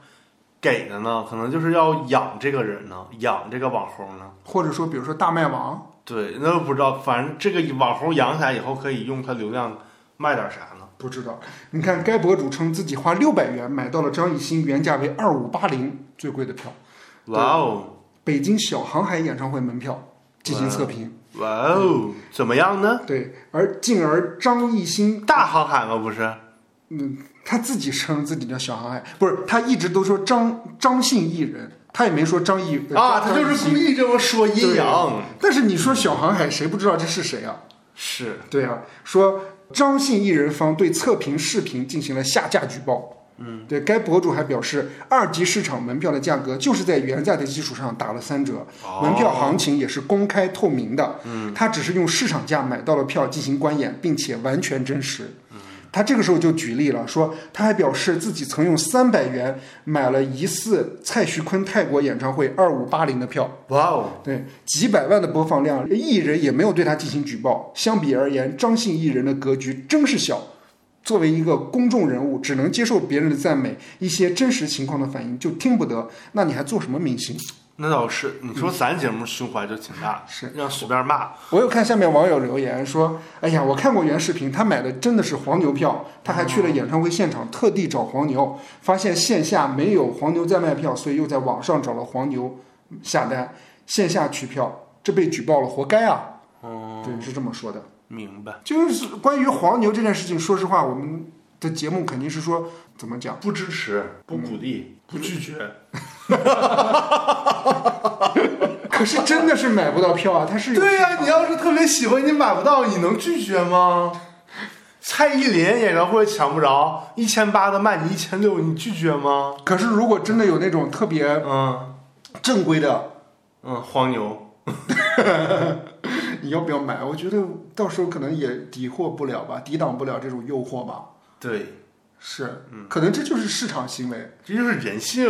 Speaker 2: 给的呢，可能就是要养这个人呢，养这个网红呢。
Speaker 1: 或者说比如说大麦王，
Speaker 2: 对，那不知道，反正这个网红养起来以后，可以用他流量卖点啥呢？
Speaker 1: 不知道。你看，该博主称自己花六百元买到了张艺兴原价为二五八零最贵的票，
Speaker 2: 哇哦，
Speaker 1: 北京小航海演唱会门票进行测评。
Speaker 2: 哇哦，怎么样呢？
Speaker 1: 对，而进而张艺兴
Speaker 2: 大航海吗？不是，
Speaker 1: 嗯，他自己称自己叫小航海，不是，他一直都说张张姓艺人，他也没说张艺呃
Speaker 2: 啊，
Speaker 1: 张
Speaker 2: 他就
Speaker 1: 张艺
Speaker 2: 是故
Speaker 1: 兴
Speaker 2: 意这么说阴阳。
Speaker 1: 但是你说小航海，谁不知道这是谁啊？
Speaker 2: 是，
Speaker 1: 对啊，说张姓艺人方对测评视频进行了下架举报。嗯，对该博主还表示，二级市场门票的价格就是在原价的基础上打了三折，
Speaker 2: 哦
Speaker 1: 门票行情也是公开透明的。嗯，他只是用市场价买到了票进行观演，并且完全真实。他这个时候就举例了，说他还表示自己曾用三百元买了疑似蔡徐坤泰国演唱会二五八零的票，
Speaker 2: 哇哦，
Speaker 1: 对，几百万的播放量，艺人也没有对他进行举报。相比而言，张姓艺人的格局真是小。作为一个公众人物，只能接受别人的赞美，一些真实情况的反应就听不得，那你还做什么明星？
Speaker 2: 那倒是，你说咱节目胸怀就挺大，
Speaker 1: 是
Speaker 2: 让随便骂，
Speaker 1: 我有看下面网友留言说：“哎呀，我看过原视频，他买的真的是黄牛票，他还去了演唱会现场，特地找黄牛，发现线下没有黄牛在卖票，所以又在网上找了黄牛下单，线下取票，这被举报了，活该啊！”
Speaker 2: 嗯
Speaker 1: 对，是这么说的。
Speaker 2: 明白，
Speaker 1: 就是关于黄牛这件事情，说实话，我们的节目肯定是说怎么讲，
Speaker 2: 不支持，不鼓励，不拒绝，
Speaker 1: 可是真的是买不到票啊，他是有
Speaker 2: 对呀、你要是特别喜欢，你买不到，你能拒绝吗？蔡依林演唱会抢不着，一千八的卖你一千六，你拒绝吗？
Speaker 1: 可是如果真的有那种特别
Speaker 2: 嗯
Speaker 1: 正规的
Speaker 2: 嗯，黄牛，
Speaker 1: 你要不要买？我觉得到时候可能也抵获不了吧，抵挡不了这种诱惑吧。
Speaker 2: 对，
Speaker 1: 是，可能这就是市场行为。
Speaker 2: 这就是人性。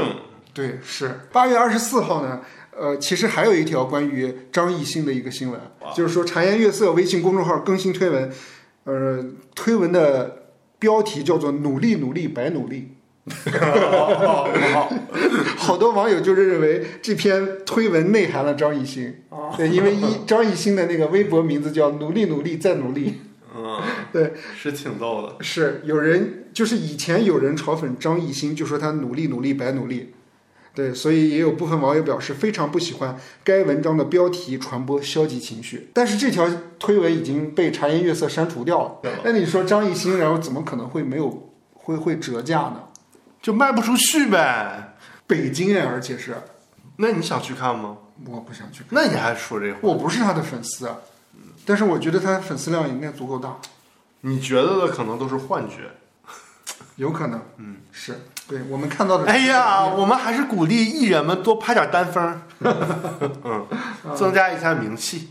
Speaker 1: 对， 是。八月二十四号呢，呃，其实还有一条关于张艺兴的一个新闻，就是说茶颜悦色微信公众号更新推文，呃，推文的标题叫做“努力努力白努力”。 好多网友就是认为这篇推文内涵了张艺兴，对，因为一张艺兴的那个微博名字叫“努力努力再努力
Speaker 2: 嗯，”，
Speaker 1: 对，
Speaker 2: 是挺逗的。
Speaker 1: 是有人就是以前有人嘲讽张艺兴，就说他努力努力白努力，对，所以也有部分网友表示非常不喜欢该文章的标题传播消极情绪，但是这条推文已经被茶颜悦色删除掉了
Speaker 2: 对，
Speaker 1: 那你说张艺兴，然后怎么可能会没有会会折价呢？
Speaker 2: 就卖不出去呗。
Speaker 1: 北京哎，而且是
Speaker 2: 那你想去看吗？
Speaker 1: 我不想去看。
Speaker 2: 那你还说这话？
Speaker 1: 我不是他的粉丝，啊但是我觉得他粉丝量应该足够大，
Speaker 2: 你觉得的可能都是幻觉。
Speaker 1: 有可能，嗯，是对我们看到的。
Speaker 2: 哎呀，，我们还是鼓励艺人们多拍点单分儿， 嗯，增加一下名气。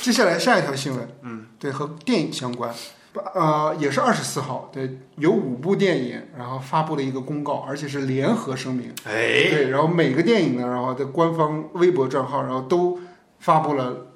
Speaker 1: 接下来下一条新闻，嗯，对，和电影相关，呃，也是二十四号，对，有五部电影，然后发布了一个公告，而且是联合声明，
Speaker 2: 哎，
Speaker 1: 对，然后每个电影呢，然后的官方微博账号，然后都发布了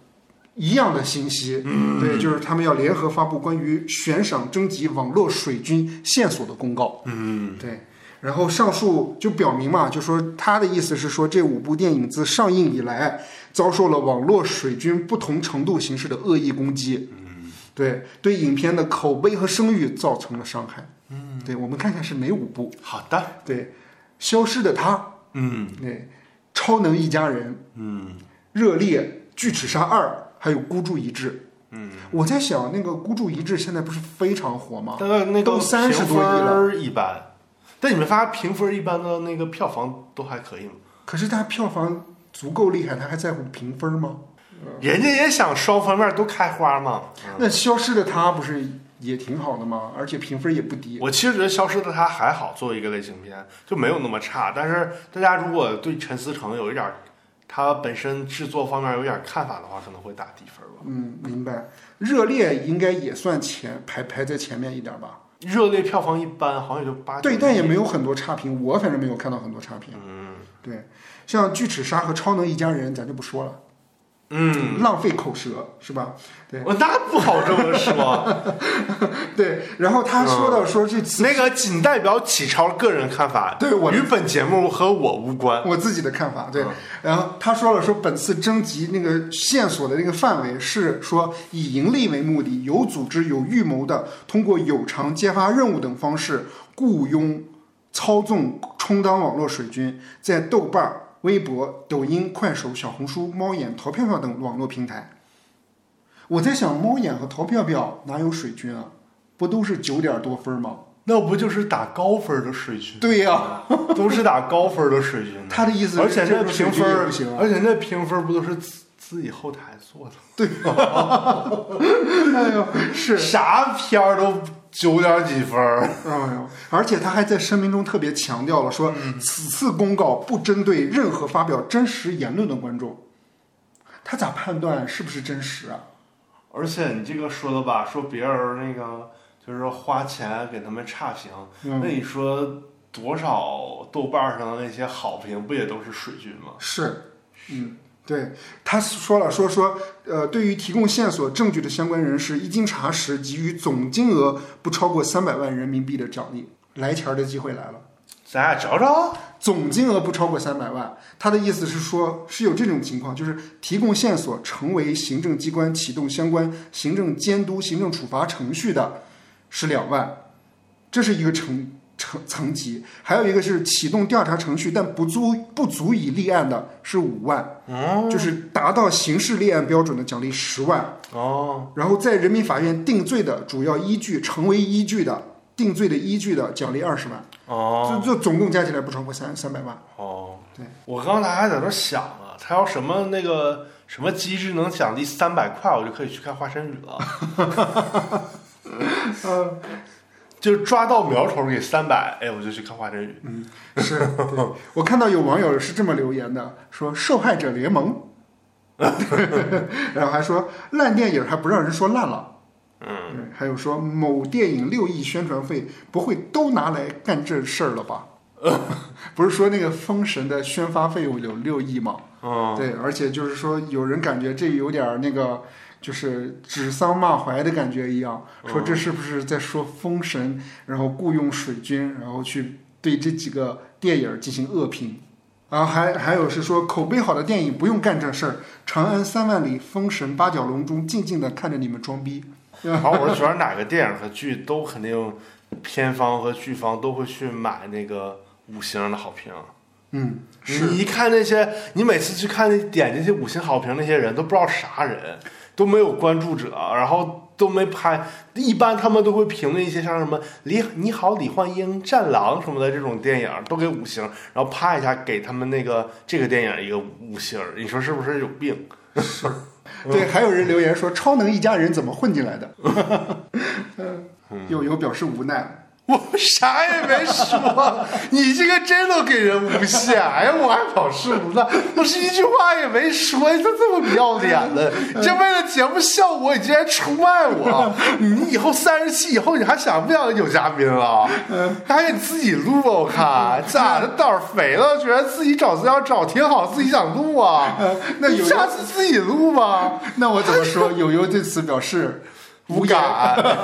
Speaker 1: 一样的信息，嗯、对，就是他们要联合发布关于悬赏征集网络水军线索的公告。
Speaker 2: 嗯，
Speaker 1: 对，然后上述就表明嘛，就说他的意思是说，这五部电影自上映以来，遭受了网络水军不同程度形式的恶意攻击，嗯，对，对影片的口碑和声誉造成了伤害，嗯，对，我们看看是哪五部，
Speaker 2: 好的，
Speaker 1: 对，《消失的她
Speaker 2: 嗯》，
Speaker 1: 对，《超能一家人》，
Speaker 2: 嗯，
Speaker 1: 热烈《巨齿鲨二》，还有《孤注一掷》，嗯，我在想那个《孤注一掷》现在不是非常火吗？
Speaker 2: 那个那个
Speaker 1: 都30多亿了
Speaker 2: 评分一般，但你们发现评分一般的那个票房都还可以吗？
Speaker 1: 可是它票房足够厉害，他还在乎评分吗？
Speaker 2: 人家也想双方面都开花嘛。
Speaker 1: 那消失的他不是也挺好的吗？而且评分也不低。
Speaker 2: 我其实觉得《消失的她》还好，作为一个类型片就没有那么差。但是 大家如果对陈思诚有一点儿，他本身制作方面有点儿看法的话，可能会打低分吧。
Speaker 1: 嗯，明白。热烈应该也算前排排在前面一点吧。
Speaker 2: 热烈票房一般，好像也就八
Speaker 1: 对，
Speaker 2: 九
Speaker 1: 但也
Speaker 2: 亿
Speaker 1: 没有很多差评，我反正没有看到很多差评。
Speaker 2: 嗯
Speaker 1: 对，像《巨齿鲨》和《超能一家人》，咱就不说了，
Speaker 2: 嗯，
Speaker 1: 浪费口舌是吧？ 对
Speaker 2: 我那不好这么 说。
Speaker 1: 对。然后他说
Speaker 2: 嗯
Speaker 1: 到说这
Speaker 2: 那个仅代表启超个人看法，
Speaker 1: 对我
Speaker 2: 与本节目和我无关。
Speaker 1: 我自己的看法，对
Speaker 2: 嗯。
Speaker 1: 然后他说了，说本次征集那个线索的那个范围是说以盈利为目的，有组织、有预谋的，通过有偿揭发任务等方式雇佣、操纵、充当网络水军，在豆瓣、微博、抖音、快手、小红书、猫眼、淘票票等网络平台。我在想，猫眼和淘票票哪有水军啊？不都是九点多分吗？
Speaker 2: 那不就是打高分的水军？
Speaker 1: 对呀、
Speaker 2: 都是打高分的水军呢。
Speaker 1: 他的意思是
Speaker 2: 而且
Speaker 1: 这
Speaker 2: 那
Speaker 1: 种水
Speaker 2: 评
Speaker 1: 军也
Speaker 2: 分
Speaker 1: 不行啊
Speaker 2: 而且那评分不都是自自己后台做的？
Speaker 1: 哎呦，是。
Speaker 2: 啥片儿都九点几分儿。
Speaker 1: 哎呦！而且他还在声明中特别强调了说，此次公告不针对任何发表真实言论的观众。他咋判断是不是真实啊？
Speaker 2: 而且你这个说的吧，说别人那个就是说花钱给他们差评。那
Speaker 1: 嗯，
Speaker 2: 你说多少豆瓣上的那些好评不也都是水军吗？
Speaker 1: 是，嗯，对，他说了说说，呃，对于提供线索证据的相关人士，一经查实，给予总金额不超过三百万人民币的奖励。来钱儿的机会来了，
Speaker 2: 咱俩找找。
Speaker 1: 总金额不超过三百万。他的意思是说，是有这种情况，就是提供线索成为行政机关启动相关行政监督、行政处罚程序的，是两万，这是一个层层层级。还有一个是启动调查程序但不足不足以立案的，是五万。
Speaker 2: 嗯，
Speaker 1: 就是达到刑事立案标准的奖励十万，
Speaker 2: 哦，
Speaker 1: 然后在人民法院定罪的主要依据成为依据的定罪的依据的奖励二十万，
Speaker 2: 哦，
Speaker 1: 就就总共加起来不超过三三百万。
Speaker 2: 哦，
Speaker 1: 对，
Speaker 2: 我刚才还在那儿想啊，他要什么那个什么机制能奖励三百块，我就可以去看《花神者》
Speaker 1: 呃，
Speaker 2: 就是抓到苗头给三百，哎，我就去看《花神语
Speaker 1: 是，对我看到有网友是这么留言的，说受害者联盟， 然后还说烂电影还不让人说烂了，
Speaker 2: 嗯，
Speaker 1: 对还有说某电影六亿宣传费不会都拿来干这事儿了吧？
Speaker 2: 嗯
Speaker 1: 不是说那个《封神》的宣发费用有六亿吗？
Speaker 2: 嗯，
Speaker 1: 对，而且就是说，有人感觉这有点儿那个，就是指桑骂槐的感觉一样，说
Speaker 2: 嗯
Speaker 1: 这是不是在说封神，然后雇佣水军，然后去对这几个电影儿进行恶评。然后还还有是说，口碑好的电影不用干这事儿，《长安三万里》《封神》《八角笼中》静静的看着你们装逼。
Speaker 2: 然后我是觉得哪个电影和剧都肯定片方和剧方都会去买那个五星的好评。
Speaker 1: 嗯，是
Speaker 2: 你一看那些，你每次去看那点那些五星好评那些人都不知道啥人，都没有关注者，然后都没拍。一般他们都会评论一些像什么“李你好，李焕英”“战狼”什么的这种电影，都给五星，然后啪一下给他们那个这个电影一个五星，你说是不是有病？哦
Speaker 1: 对，还有人留言说，超能一家人怎么混进 来的？友友表示无奈。
Speaker 2: 我啥也没说，你这个真的给人诬陷，哎呀，我还表示无奈，我是一句话也没说，你咋这么不要脸呢？你这为了节目效果，你竟然出卖我！你以后三十期以后，你还想不想有嘉宾了？还给你自己录啊？我看咋的胆儿肥了，觉得自己找资料找挺好，自己想录啊？
Speaker 1: 那有
Speaker 2: 你下次自己录吧，
Speaker 1: 那我怎么说？友友对此表示言。
Speaker 2: 无感。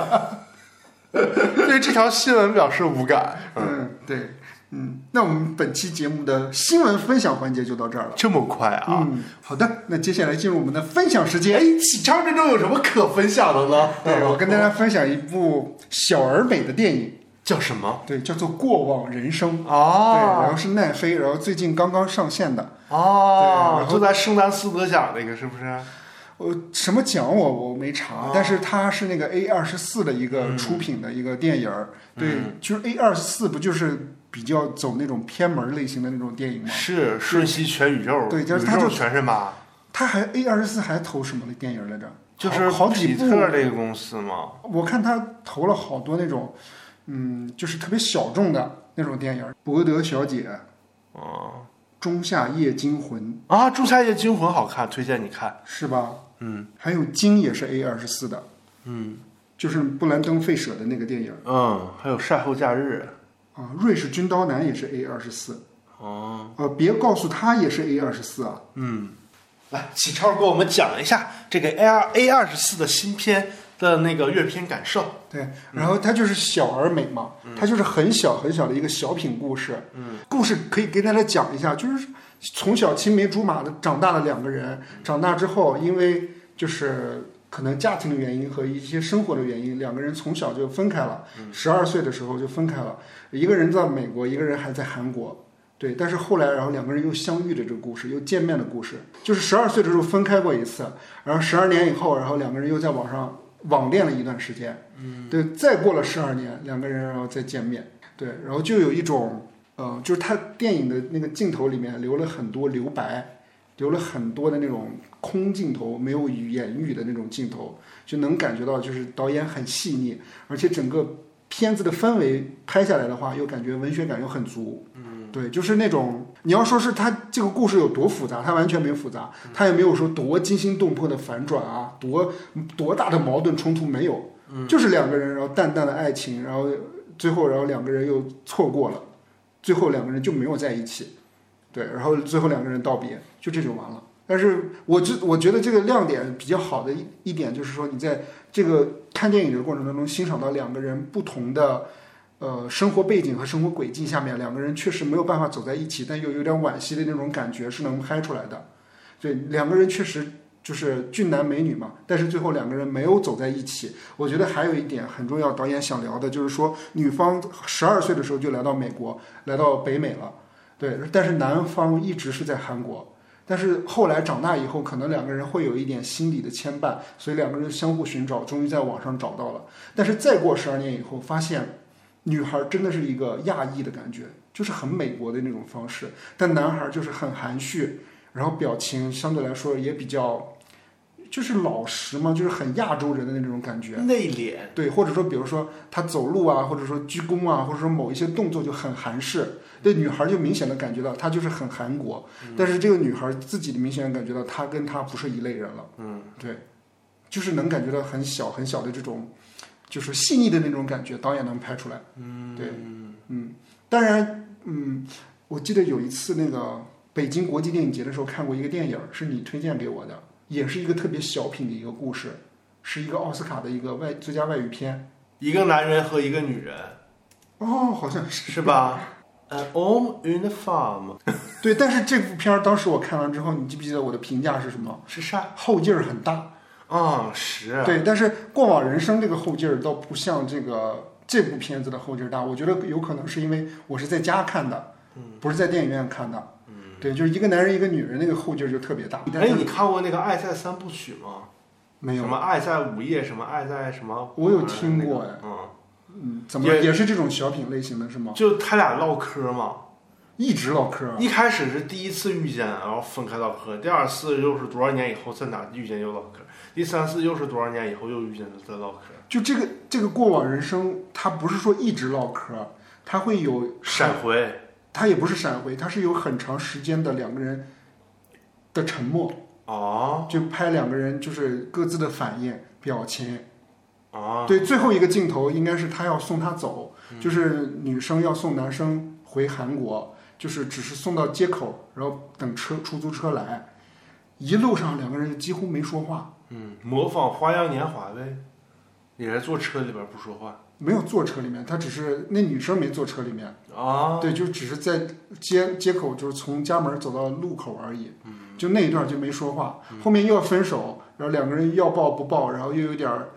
Speaker 2: 对这条新闻表示无感，
Speaker 1: 嗯，对，嗯，那我们本期节目的新闻分享环节就到这儿了。
Speaker 2: 这么快啊？
Speaker 1: 嗯，好的，那接下来进入我们的分享时间。
Speaker 2: 哎，启超这周有什么可分享的呢？
Speaker 1: 对，我跟大家分享一部小而美的电影，
Speaker 2: 叫什么？
Speaker 1: 对，叫做《过往人生》。对，然
Speaker 2: 哦
Speaker 1: 后是奈飞，然后最近刚刚上线的。对
Speaker 2: 哦
Speaker 1: 然，后
Speaker 2: 就在圣诞四德奖那个是不是？
Speaker 1: 呃，什么奖我我没
Speaker 2: 啊
Speaker 1: 查，但是它是那个 A 二十四的一
Speaker 2: 嗯
Speaker 1: 个出品的一个电影儿。对，就是 A 二十四不就是比较走那种偏门类型的那种电影吗？
Speaker 2: 是瞬息全宇宙，
Speaker 1: 对就是
Speaker 2: 宇
Speaker 1: 他就
Speaker 2: 宙全是妈，
Speaker 1: 它还 A 二十四还投什么的电影来着？
Speaker 2: 就是
Speaker 1: 好好几
Speaker 2: 比
Speaker 1: 部
Speaker 2: 特这个公司嘛。
Speaker 1: 我看他投了好多那种，嗯，就是特别小众的那种电影，《博德小姐》《
Speaker 2: 哦
Speaker 1: 仲夏夜惊魂
Speaker 2: 啊，《仲夏夜惊魂》好看，推荐你看。》
Speaker 1: 是吧？
Speaker 2: 嗯，
Speaker 1: 还有《鲸》也是 A 二十四的，
Speaker 2: 嗯
Speaker 1: 就是布兰登·费舍的那个电影
Speaker 2: 嗯，还有《晒后假日
Speaker 1: 啊，《瑞士军刀男》也是 A 二十四，》
Speaker 2: 哦。
Speaker 1: 呃，别告诉他也是 A 二十四啊。
Speaker 2: 嗯，来，启超给我们讲一下这个 A 二 A 二十四的新片的那个阅片感受。
Speaker 1: 对，然后它就是小而美嘛，它就是很小很小的一个小品故事。嗯，故事可以给大家讲一下，就是从小青梅竹马的长大的两个人，长大之后因为就是可能家庭的原因和一些生活的原因，两个人从小就分开了。十二岁的时候就分开了，一个人在美国，一个人还在韩国。对，但是后来，然后两个人又相遇的这个故事，又见面的故事，就是十二岁的时候分开过一次，然后十二年以后，然后两个人又在网上网恋了一段时间，嗯，对，再过了十二年，两个人然后再见面，对，然后就有一种，呃，就是他电影的那个镜头里面留了很多留白，留了很多的那种空镜头，没有语言语的那种镜头，就能感觉到就是导演很细腻，而且整个片子的氛围拍下来的话，又感觉文学感又很足。嗯，对，就是那种你要说是它这个故事有多复杂，它完全没复杂，它也没有说多惊心动魄的反转啊，多多大的矛盾冲突没有。就是两个人，然后淡淡的爱情，然后最后，然后两个人又错过了，最后两个人就没有在一起，对，然后最后两个人道别，就这就完了。但是我觉我觉得这个亮点比较好的一一点就是说，你在这个看电影的过程当中，欣赏到两个人不同的呃生活背景和生活轨迹下面，两个人确实没有办法走在一起，但又有点惋惜的那种感觉是能拍出来的。对，两个人确实就是俊男美女嘛，但是最后两个人没有走在一起。我觉得还有一点很重要，导演想聊的就是说，女方十二岁的时候就来到美国，来到北美了，对，但是男方一直是在韩国。但是后来长大以后，可能两个人会有一点心理的牵绊，所以两个人相互寻找，终于在网上找到了。但是再过十二年以后，发现女孩真的是一个亚裔的感觉，就是很美国的那种方式，但男孩就是很含蓄，然后表情相对来说也比较，就是老实嘛，就是很亚洲人的那种感觉。
Speaker 3: 内敛，
Speaker 1: 对，或者说，比如说他走路啊，或者说鞠躬啊，或者说某一些动作就很韩式，对女孩就明显的感觉到她就是很韩国，但是这个女孩自己明显地感觉到她跟她不是一类人了，
Speaker 2: 嗯，
Speaker 1: 对，就是能感觉到很小很小的这种，就是细腻的那种感觉，导演能拍出来，嗯，对，嗯，当然，嗯，我记得有一次那个北京国际电影节的时候看过一个电影，是你推荐给我的，也是一个特别小品的一个故事。是一个奥斯卡的一个外最佳外语片。
Speaker 2: 一个男人和一个女人，
Speaker 1: 哦，好像是
Speaker 2: 是吧？呃，on in the farm
Speaker 1: 对，但是这部片儿当时我看完之后，你记不记得我的评价是什么？
Speaker 2: 是啥？
Speaker 1: 后劲儿很大。
Speaker 2: 啊，是，
Speaker 1: 对，但是《过往人生》这个后劲儿倒不像这
Speaker 2: 嗯
Speaker 1: 个这部片子的后劲儿大。我觉得有可能是因为我是在家看的，
Speaker 2: 嗯
Speaker 1: 不是在电影院看的。对，就是一个男人一个女人，那个后劲儿就特别大。但
Speaker 2: 哎，
Speaker 1: 是
Speaker 2: 你看过那个《爱在三部曲》吗？
Speaker 1: 没有
Speaker 2: 什，么《爱在午夜》，什么《爱在什么》？
Speaker 1: 我有听过哎
Speaker 2: 那个
Speaker 1: 嗯，怎么
Speaker 2: 也
Speaker 1: 也是这种小品类型的是吗
Speaker 2: 嗯，？就他俩唠嗑嘛。
Speaker 1: 一直唠嗑儿。
Speaker 2: 一开始是第一次遇见，然后分开唠嗑；第二次又是多少年以后在哪遇见又唠嗑；第三次又是多少年以后又遇见在唠嗑。
Speaker 1: 就这个这个过往人生，它不是说一直唠嗑儿，它会有
Speaker 2: 闪回，
Speaker 1: 它也不是闪回，它是有很长时间的两个人的沉默，
Speaker 2: 哦
Speaker 1: 就拍两个人就是各自的反应、表情。
Speaker 2: 哦，
Speaker 1: 对，最后一个镜头应该是他要送她走，就是女生要送男生回韩国，就是只是送到街口，然后等车出租车来。一路上两个人就几乎没说话，
Speaker 2: 嗯，模仿《花样年华》呗，也是坐车里边不说话
Speaker 1: 没有坐车里面，他只是那女生没坐车里面，
Speaker 2: 啊。
Speaker 1: 对，就只是在街街口，就是从家门走到路口而已。就那一段就没说话，后面又要分手，然后两个人要抱不抱，然后又有点儿，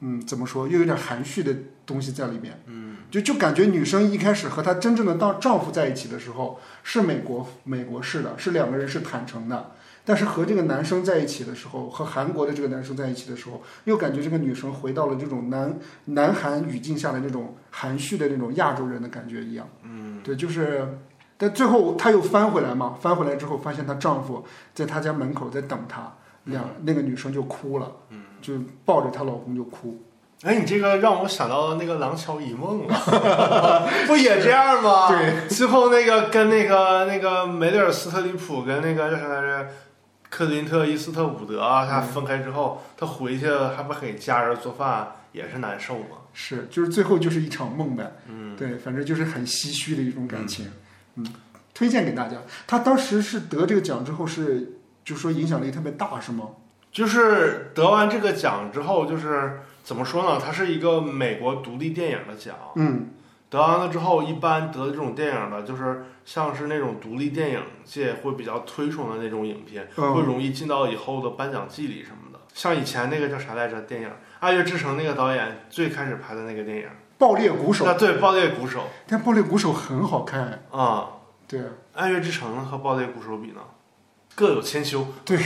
Speaker 1: 嗯，怎么说，又有点含蓄的东西在里面。嗯，就就感觉女生一开始和她真正的当丈夫在一起的时候，是美国美国式的，是两个人是坦诚的。但是和这个男生在一起的时候，和韩国的这个男生在一起的时候，又感觉这个女生回到了这种南南韩语境下的那种含蓄的那种亚洲人的感觉一样。嗯，对，就是，但最后她又翻回来嘛，翻回来之后发现她丈夫在她家门口在等她，两那个女生就哭了，就抱着她老公就哭。
Speaker 2: 哎，你这个让我想到那个《廊桥遗梦》了，不也这样吗？
Speaker 1: 对，
Speaker 2: 最后那个跟那个那个梅丽尔·斯特里普跟那个叫啥来着，克林特·伊斯特伍德啊，他分开之后，他回去还不给家人做饭，也是难受嘛。
Speaker 1: 是，就是最后就是一场梦呗。嗯，对，反正就是很唏嘘的一种感情。嗯推荐给大家。她当时是得这个奖之后是，就说影响力特别大，是吗？
Speaker 2: 就是得完这个奖之后，就是怎么说呢？它是一个美国独立电影的奖。
Speaker 1: 嗯，
Speaker 2: 得完了之后，一般得这种电影的，就是像是那种独立电影界会比较推崇的那种影片，
Speaker 1: 嗯
Speaker 2: 会容易进到以后的颁奖季里什么的。像以前那个叫啥来着电影《爱乐之城》那个导演最开始拍的那个电影，
Speaker 1: 爆裂鼓手
Speaker 2: 啊，，对，《爆裂鼓手》
Speaker 1: 但爆裂鼓手很好看。
Speaker 2: 啊，
Speaker 1: 对，
Speaker 2: 《爱乐之城》和《爆裂鼓手》比呢，各有千秋。
Speaker 1: 对，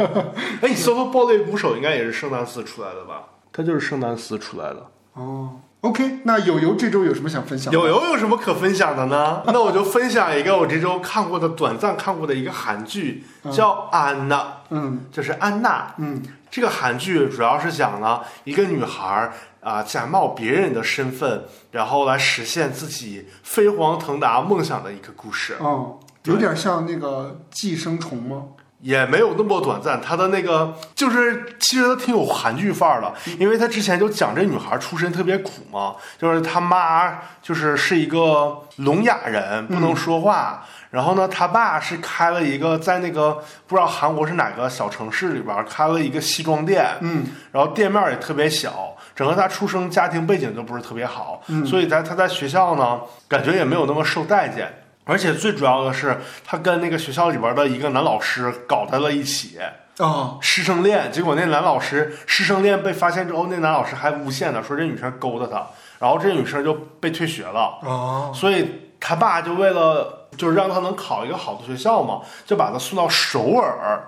Speaker 2: 哎，你搜搜《爆裂鼓手》，应该也是圣丹斯出来的吧？他就是圣丹斯出来的。
Speaker 1: 哦，OK，那友友这周有什么想分享的？
Speaker 2: 友友有什么可分享的呢？那我就分享一个我这周看过的短暂看过的一个韩剧，叫《安娜》，
Speaker 1: 嗯
Speaker 2: 就是安娜。
Speaker 1: 嗯
Speaker 2: 这个韩剧主要是讲了一个女孩儿啊、假冒别人的身份，然后来实现自己飞黄腾达梦想的一个故事。
Speaker 1: 哦，有点像那个寄生虫吗？
Speaker 2: 也没有那么短暂，他的那个就是其实他挺有韩剧范儿的，因为他之前就讲这女孩出身特别苦嘛，就是他妈就是是一个聋哑人，不能说话。然后呢，他爸是开了一个在那个不知道韩国是哪个小城市里边儿开了一个西装店，
Speaker 1: 嗯，
Speaker 2: 然后店面儿也特别小，整个他出生家庭背景都不是特别好，所以在他在学校呢，感觉也没有那么受待见。而且最主要的是，他跟那个学校里边的一个男老师搞在了一起，
Speaker 1: 哦，
Speaker 2: 师生恋。结果那男老师师生恋被发现之后，那男老师还诬陷他，说这女生勾搭他，然后这女生就被退学了。
Speaker 1: 哦，
Speaker 2: 所以他爸就为了就是让他能考一个好的学校嘛，就把他送到首尔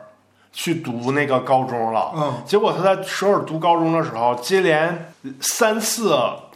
Speaker 2: 去读那个高中了。
Speaker 1: 嗯，
Speaker 2: 结果他在首尔读高中的时候，接连三次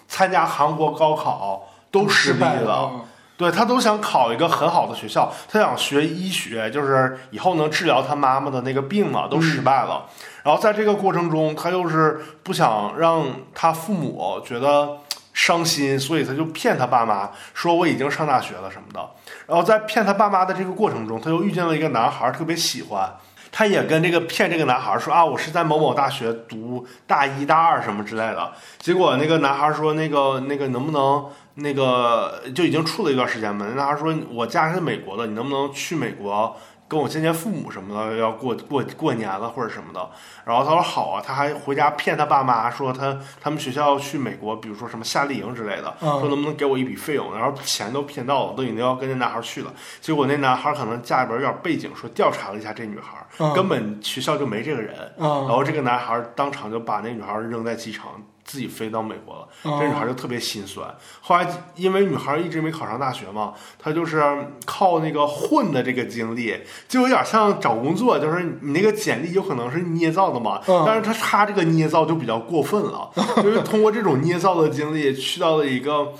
Speaker 2: 参加韩国高考都失利
Speaker 1: 败
Speaker 2: 了。
Speaker 1: 哦
Speaker 2: 对他都想考一个很好的学校，他想学医学，就是以后能治疗他妈妈的那个病嘛，都失败了。然后在这个过程中，他又是不想让他父母觉得伤心，所以他就骗他爸妈说我已经上大学了什么的。然后在骗他爸妈的这个过程中，他又遇见了一个男孩，特别喜欢。他也跟这个骗这个男孩说啊，我是在某某大学读大一、大二什么之类的。结果那个男孩说，那个那个能不能那个就已经处了一段时间嘛？那男孩说，我家是美国的，你能不能去美国跟我见见父母什么的？要过过过年了或者什么的。然后他说好啊，他还回家骗他爸妈说他他们学校要去美国，比如说什么夏令营之类的，
Speaker 1: 嗯
Speaker 2: 说能不能给我一笔费用？然后钱都骗到了，都已经要跟那男孩去了。结果那男孩可能家里边有点背景，说调查了一下这女孩，
Speaker 1: 嗯
Speaker 2: 根本学校就没这个人。然
Speaker 1: 哦，
Speaker 2: 后这个男孩当场就把那女孩扔在机场，自己飞到美国了。这女孩就特别心酸。后来因为女孩一直没考上大学嘛，她就是靠那个混的这个经历，就有点像找工作，就是你那个简历有可能是捏造的嘛，
Speaker 1: 嗯
Speaker 2: 但是她她这个捏造就比较过分了，就是通过这种捏造的经历去到了一个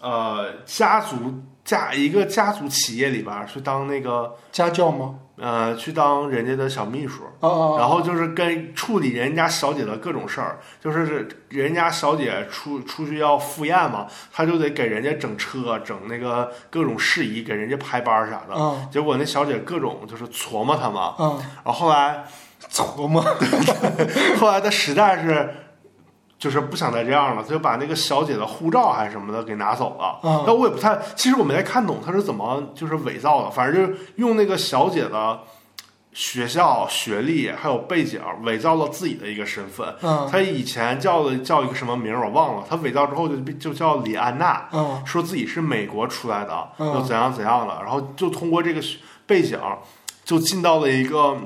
Speaker 2: 呃家族家一个家族企业里边儿去当那个
Speaker 1: 家教吗？
Speaker 2: 呃去当人家的小秘书。
Speaker 1: 哦哦，
Speaker 2: 然后就是跟处理人家小姐的各种事儿，就是人家小姐出出去要赴宴嘛，他就得给人家整车、整那个各种事宜，给人家排班儿啥的。
Speaker 1: 嗯
Speaker 2: 结果那小姐各种就是琢磨他嘛，
Speaker 1: 嗯，
Speaker 2: 然后后来
Speaker 1: 琢磨，
Speaker 2: 后来他实在是就是不想再这样了，他就把那个小姐的护照还是什么的给拿走了。
Speaker 1: 嗯
Speaker 2: 但我也不太，其实我没太看懂他是怎么就是伪造的，反正就是用那个小姐的学校、学历还有背景伪造了自己的一个身份。
Speaker 1: 嗯
Speaker 2: 他以前叫的叫一个什么名儿我忘了，他伪造之后就就叫李安娜，
Speaker 1: 嗯
Speaker 2: 说自己是美国出来的，
Speaker 1: 嗯
Speaker 2: 又怎样怎样了，然后就通过这个背景，就进到了一个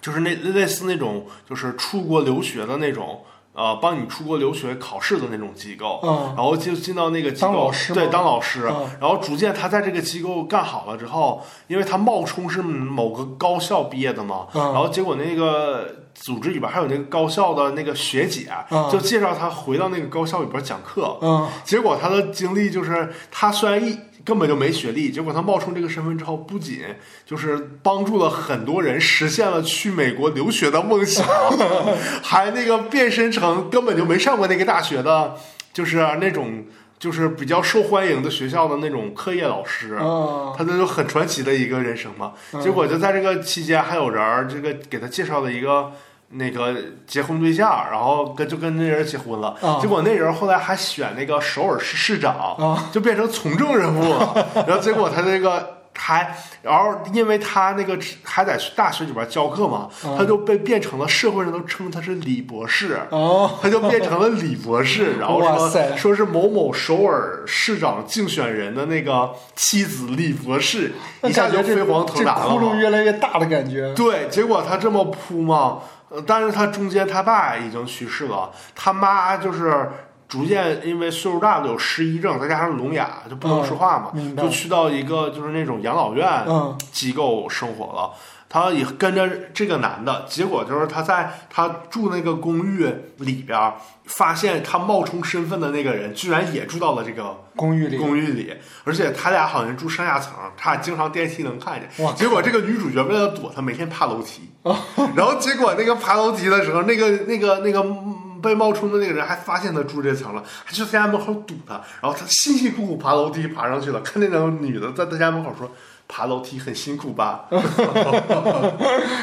Speaker 2: 就是那类似那种就是出国留学的那种。呃，帮你出国留学考试的那种机构，
Speaker 1: 嗯
Speaker 2: 然后就进到那个机
Speaker 1: 当
Speaker 2: 构
Speaker 1: 老，师
Speaker 2: 对，
Speaker 1: 吗
Speaker 2: 当老师，
Speaker 1: 嗯
Speaker 2: 然后逐渐他在这个机构干好了之后，因为他冒充是某个高校毕业的嘛，然
Speaker 1: 嗯
Speaker 2: 后结果那个组织里边还有那个高校的那个学姐，
Speaker 1: 嗯
Speaker 2: 就介绍他回到那个高校里边讲课。
Speaker 1: 嗯，
Speaker 2: 结果他的经历就是，他虽然一根本就没学历，结果他冒充这个身份之后，不仅就是帮助了很多人实现了去美国留学的梦想， 还那个变身成根本就没上过那个大学的，就是那种就是比较受欢迎的学校的那种课业老师。
Speaker 1: 嗯
Speaker 2: 他这就很传奇的一个人生嘛。
Speaker 1: 嗯
Speaker 2: 结果就在这个期间，还有人儿这个给他介绍了一个那个结婚对象，然后跟就跟那人结婚了。
Speaker 1: 啊
Speaker 2: 结果那人后来还选那个首尔市市长，
Speaker 1: 啊
Speaker 2: 就变成从政 人物了。然后结果他这个。还，然后因为他那个还在大学里边教课嘛，
Speaker 1: 嗯
Speaker 2: 他就被变成了社会上都称他是李博士，
Speaker 1: 哦，
Speaker 2: 他就变成了李博士，然后
Speaker 1: 哇
Speaker 2: 说
Speaker 1: 塞
Speaker 2: 说是某某首尔市长竞选人的那个妻子李博士，一下就飞黄腾
Speaker 1: 这
Speaker 2: 达了
Speaker 1: 窟窿
Speaker 2: 嘛。
Speaker 1: 越来越大的感觉。
Speaker 2: 对，结果他这么扑嘛，呃但是他中间他爸已经去世了，他妈就是。逐渐因为岁数大了有失忆症，再加上聋哑就不能
Speaker 1: 嗯
Speaker 2: 说话嘛，
Speaker 1: 明白
Speaker 2: 就去到一个就是那种养老院，
Speaker 1: 嗯
Speaker 2: 机构生活了。她也跟着这个男的，结果就是她在她住那个公寓里边儿，发现她冒充身份的那个人居然也住到了这个
Speaker 1: 公寓里，
Speaker 2: 公寓里，而且他俩好像住上下层，他俩经常电梯能看
Speaker 1: 哇
Speaker 2: 见。哦结果这个女主角为了躲他，每天爬楼梯，
Speaker 1: 哦
Speaker 2: 然后结果那个爬楼梯的时候，那个那个那个。嗯被冒充的那个人还发现他住这层了，还去他家门口堵他，然后他辛辛苦苦爬楼梯爬上去了，看那个女的在他家门口说：“爬楼梯很辛苦吧？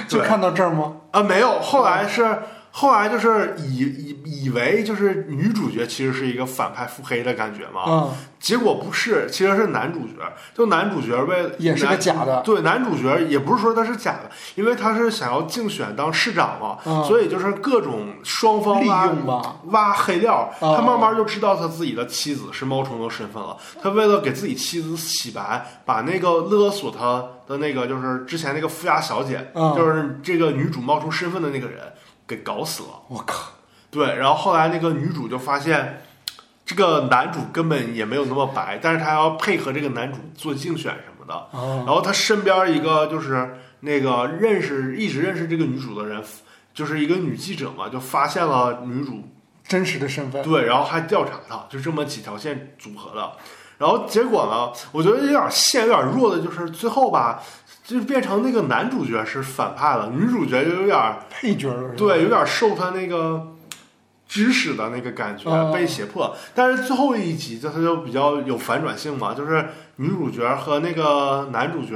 Speaker 1: 就
Speaker 2: 对
Speaker 1: 看到这儿吗？
Speaker 2: 啊，没有，后来是后来就是以以以为就是女主角其实是一个反派腹黑的感觉嘛，
Speaker 1: 嗯，
Speaker 2: 结果不是，其实是男主角，就男主角为
Speaker 1: 也是个
Speaker 2: 男
Speaker 1: 假的。
Speaker 2: 对，男主角也不是说他是假的，因为他是想要竞选当市长嘛，
Speaker 1: 嗯
Speaker 2: 所以就是各种双方啊
Speaker 1: 利
Speaker 2: 挖
Speaker 1: 用吧
Speaker 2: 挖黑料，
Speaker 1: 哦
Speaker 2: 他慢慢就知道他自己的妻子是毛虫的身份了。他为了给自己妻子洗白，把那个勒索他的那个就是之前那个富家小姐，
Speaker 1: 嗯
Speaker 2: 就是这个女主冒充身份的那个人给搞死了。
Speaker 1: 我靠，
Speaker 2: 对，然后后来那个女主就发现，这个男主根本也没有那么白，但是她要配合这个男主做竞选什么的。
Speaker 1: 啊，
Speaker 2: 然后她身边一个就是那个认识一直认识这个女主的人，就是一个女记者嘛，就发现了女主
Speaker 1: 真实的身份，
Speaker 2: 对，然后还调查她，就这么几条线组合的。然后结果呢，我觉得有点线有点弱的，就是最后吧，就变成那个男主角是反派了，女主角就有点
Speaker 1: 配角了，是吧，
Speaker 2: 对，有点受他那个指使的那个感觉，
Speaker 1: 哦
Speaker 2: 被胁迫。但是最后一集就他就比较有反转性嘛，就是女主角和那个男主角。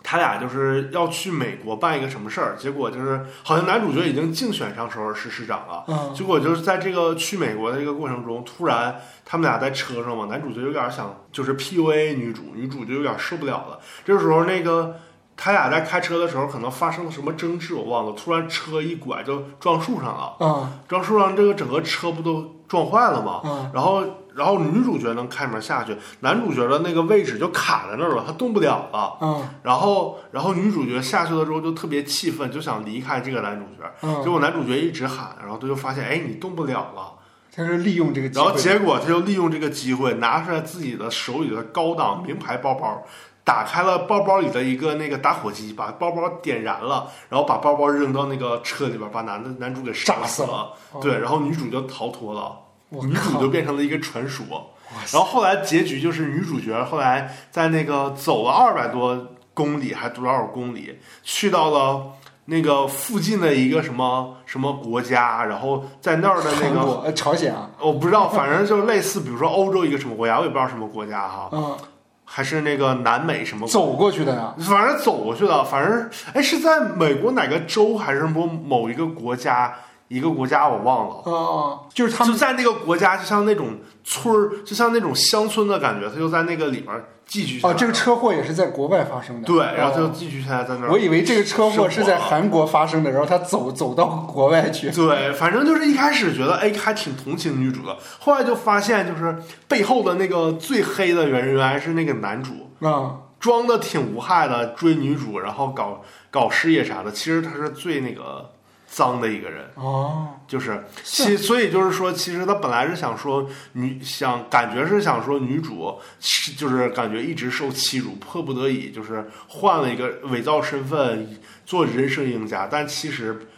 Speaker 2: 他俩就是要去美国办一个什么事儿，结果就是好像男主角已经竞选上首尔市市长了，
Speaker 1: 嗯，
Speaker 2: 结果就是在这个去美国的这个过程中，突然他们俩在车上嘛，男主角有点想就是 PUA 女主，女主就有点受不了了。这时候那个他俩在开车的时候，可能发生了什么争执，我忘了。突然车一拐就撞树上了，
Speaker 1: 啊
Speaker 2: 撞树上这个整个车不都撞坏了吗？
Speaker 1: 啊，
Speaker 2: 然后然后女主角能开门下去，男主角的那个位置就卡在那儿了，他动不了了。
Speaker 1: 嗯
Speaker 2: 然后然后女主角下去了之后就特别气愤，就想离开这个男主角。结
Speaker 1: 嗯，
Speaker 2: 果男主角一直喊，然后他就发现，哎，你动不了了。
Speaker 1: 他是利用这个机
Speaker 2: 然后
Speaker 1: 会，
Speaker 2: 结果他就利用这个机会，拿出来自己的手里的高档名牌包包，打开了包包里的一个那个打火机，把包包点燃了，然后把包包扔到那个车里边，把男的男主给杀
Speaker 1: 炸死
Speaker 2: 了。
Speaker 1: 哦
Speaker 2: 对，然后女主就逃脱了，
Speaker 1: 我
Speaker 2: 女主
Speaker 1: 靠
Speaker 2: 就变成了一个传说。
Speaker 1: 哇
Speaker 2: 然后后来结局就是女主角后来在那个走了二百多公里，还多少公里，去到了那个附近的一个什么什么国家，然后在那儿的那
Speaker 1: 韩
Speaker 2: 个
Speaker 1: 国呃朝鲜啊，
Speaker 2: 我不知道，反正就类似，比如说欧洲一个什么国家，我也不知道什么国家哈，
Speaker 1: 嗯，
Speaker 2: 还是那个南美什么国，
Speaker 1: 走过去的呀，
Speaker 2: 反正走过去了，反正哎是在美国哪个州还是某某一个国家，一个国家我忘了。
Speaker 1: 啊啊，就是他
Speaker 2: 就
Speaker 1: 们
Speaker 2: 在那个国家，就像那种村儿，就像那种乡村的感觉，他就在那个里面儿寄居下
Speaker 1: 哦，
Speaker 2: 来。
Speaker 1: 这个车祸也是在国外发生的，
Speaker 2: 对，然后他就
Speaker 1: 哦
Speaker 2: 寄居下来在那儿。
Speaker 1: 我以为这个车祸是在
Speaker 2: 生活
Speaker 1: 韩国发生的，然后他走走到国外去，
Speaker 2: 对，反正就是一开始觉得哎还挺同情女主的，后来就发现就是背后的那个最黑的原原来是那个男主，
Speaker 1: 啊，
Speaker 2: 装的挺无害的，追女主，然后搞搞事业啥的，其实他是最那个脏的一个人，
Speaker 1: 哦，
Speaker 2: 就是
Speaker 1: 是
Speaker 2: 其所以就是说，其实他本来是想说女想感觉是想说女主是就是感觉一直受欺辱，迫不得已就是换了一个伪造身份做人生赢家，但其实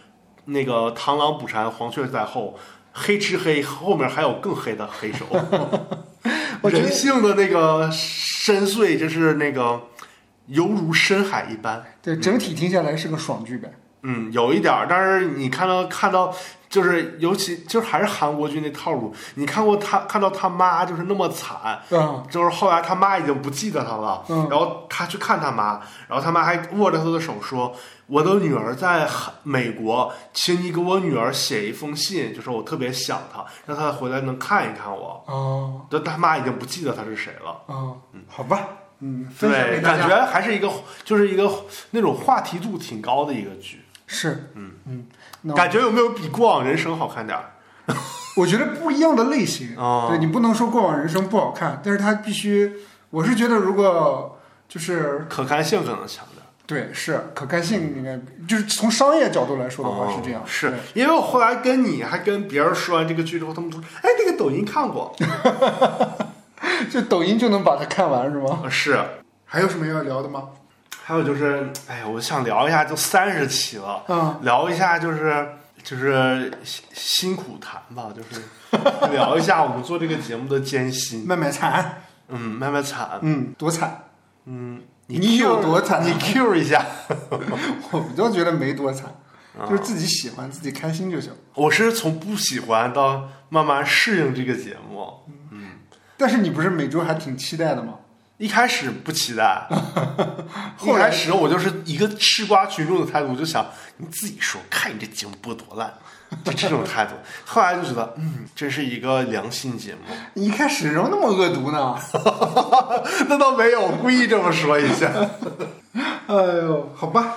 Speaker 2: 那个螳螂捕蝉，黄雀在后。黑吃黑，后面还有更黑的黑手。
Speaker 1: 我觉得
Speaker 2: 人性的那个深邃，就是那个犹如深海一般。
Speaker 1: 对，整体听下来是个爽剧呗，
Speaker 2: 嗯，有一点儿，但是你看到看到，就是尤其就是还是韩国剧那套路。你看过他看到他妈就是那么惨，
Speaker 1: 啊，
Speaker 2: 就是后来他妈已经不记得他了，
Speaker 1: 嗯
Speaker 2: 然后他去看他妈，然后他妈还握着他的手说：“我的女儿在韩美国，请你给我女儿写一封信，就说我特别想她，让她回来能看一看我。”
Speaker 1: 哦，
Speaker 2: 就他妈已经不记得他是谁了。
Speaker 1: 哦，好吧，嗯，分享
Speaker 2: 对，
Speaker 1: 给大家。
Speaker 2: 感觉还是一个，就是一个那种话题度挺高的一个剧。
Speaker 1: 是，
Speaker 2: 嗯
Speaker 1: 嗯，那
Speaker 2: 感觉有没有比《过往人生》好看点儿？
Speaker 1: 我觉得不一样的类型，
Speaker 2: 哦
Speaker 1: 对你不能说《过往人生》不好看，但是它必须，我是觉得如果就是
Speaker 2: 可看性可能强点儿。
Speaker 1: 对是可看性应该就是从商业角度来说的 话
Speaker 2: 哦
Speaker 1: 是这样，
Speaker 2: 是
Speaker 1: 对
Speaker 2: 因为我后来跟你还跟别人说完这个剧之后，他们说：“哎，那个抖音 看过。
Speaker 1: 就抖音就能把它看完是吗？
Speaker 2: 呃”是。
Speaker 1: 还有什么要聊的吗？
Speaker 2: 还有就是，哎呀，我想聊一下，就三十期了，
Speaker 1: 嗯，
Speaker 2: 聊一下就是就是辛辛苦谈吧，就是 聊一下我们做这个节目的艰辛。
Speaker 1: 卖卖惨，
Speaker 2: 嗯，卖卖惨。
Speaker 1: 嗯，多惨，
Speaker 2: 嗯，
Speaker 1: 你有
Speaker 2: Q-
Speaker 1: 多惨啊
Speaker 2: 你 Q 一下。
Speaker 1: 我都觉得没多惨，就是自己喜欢自己开心就行。
Speaker 2: 我是从不喜欢到慢慢适应这个节目，
Speaker 1: 但是你不是每周还挺期待的吗？
Speaker 2: 一开始不期待，
Speaker 1: 后来
Speaker 2: 一开始我就是一个吃瓜群众的态度，我就想你自己说，看你这节目播多烂，就这种态度。 后来就觉得，嗯，这是一个良心节目。
Speaker 1: 你一开始怎么那么恶毒呢？
Speaker 2: 那倒没有，我故意这么说一下。
Speaker 1: 哎呦，好吧，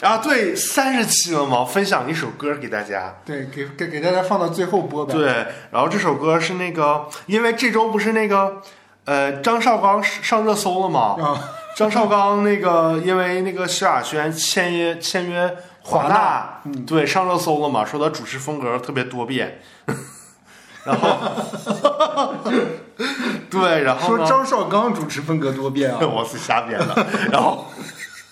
Speaker 2: 啊，对，三十期了嘛，分享一首歌给大家。
Speaker 1: 对，给给给大家放到最后播呗。
Speaker 2: 对，然后这首歌是那个，因为这周不是那个，呃，张绍刚上热搜了嘛？
Speaker 1: 啊，
Speaker 2: 张绍刚那个，因为那个萧亚轩签约签约华
Speaker 1: 华
Speaker 2: 纳
Speaker 1: 纳，嗯
Speaker 2: 对，上热搜了嘛，说他主持风格特别多变， 然后， 对，然后
Speaker 1: 说
Speaker 2: 呢？
Speaker 1: 张绍刚主持风格多变啊，
Speaker 2: 我是瞎编的，然后。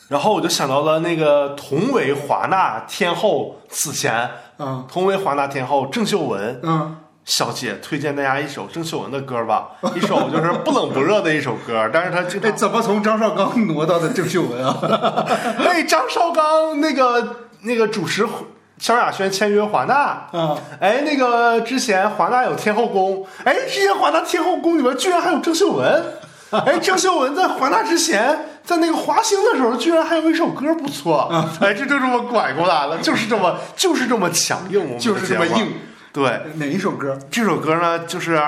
Speaker 2: 然后我就想到了那个同为华纳天后，此前
Speaker 1: 啊，
Speaker 2: 同为华纳天后郑秀文，
Speaker 1: 嗯，
Speaker 2: 小姐推荐大家一首郑秀文的歌吧，一首就是不冷不热的一首歌，但是她经
Speaker 1: 哎，
Speaker 2: 常
Speaker 1: 怎么从张绍刚挪到的郑秀文啊？
Speaker 2: 被哎张绍刚那个那个主持萧亚轩签约华纳。
Speaker 1: 啊，
Speaker 2: 哎，那个之前华纳有天后宫，哎，之前华纳天后宫里面居然还有郑秀文，哎，郑秀文在华纳之前，在那个华星的时候，居然还有一首歌不错，
Speaker 1: 嗯
Speaker 2: 哎，这就这么拐过来了，就是这么就是这么强硬，我们的
Speaker 1: 就是这么
Speaker 2: 节目
Speaker 1: 硬，。
Speaker 2: 对，
Speaker 1: 哪一首歌？
Speaker 2: 这首歌呢，就是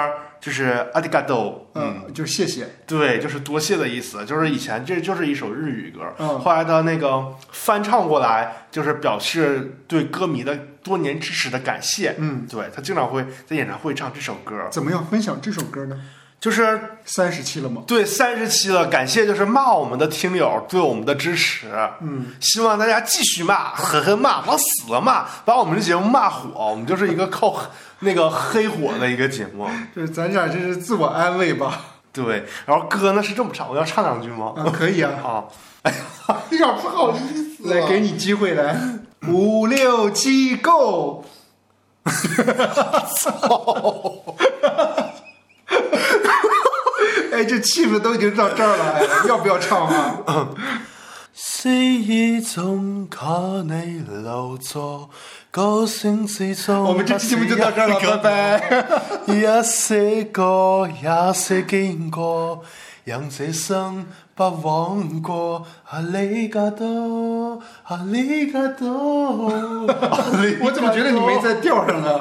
Speaker 2: 就是阿迪嘎多，
Speaker 1: 嗯，就是谢谢。
Speaker 2: 对，就是多谢的意思，就是以前这就是一首日语歌，
Speaker 1: 嗯
Speaker 2: 后来他那个翻唱过来，就是表示对歌迷的多年支持的感谢。
Speaker 1: 嗯，
Speaker 2: 对他经常会在演唱会唱这首歌，
Speaker 1: 怎么样分享这首歌呢？
Speaker 2: 就是
Speaker 1: 三十期了吗？
Speaker 2: 对三十期了，感谢就是骂我们的听友对我们的支持，
Speaker 1: 嗯，
Speaker 2: 希望大家继续骂，狠狠骂，往死了骂，把我们这节目骂火，我们就是一个靠那个黑火的一个节目。
Speaker 1: 这咱俩这是自我安慰吧？
Speaker 2: 对，然后歌呢是这么唱，我要唱两句吗？
Speaker 1: 啊，可以啊，
Speaker 2: 啊， 哎呀，有点不好意思、啊
Speaker 1: 来给你机会来，五六七 go，哎，这气氛都已经到这儿了，哎要不要唱啊？
Speaker 2: 詩意中給你留作歌聲之中，
Speaker 1: 我们这期节目就到这儿了，拜拜。
Speaker 2: 一些過，也是經過，人這生不枉過。啊里嘎多，啊里嘎多，啊里
Speaker 1: 我怎么觉得你没在调上啊？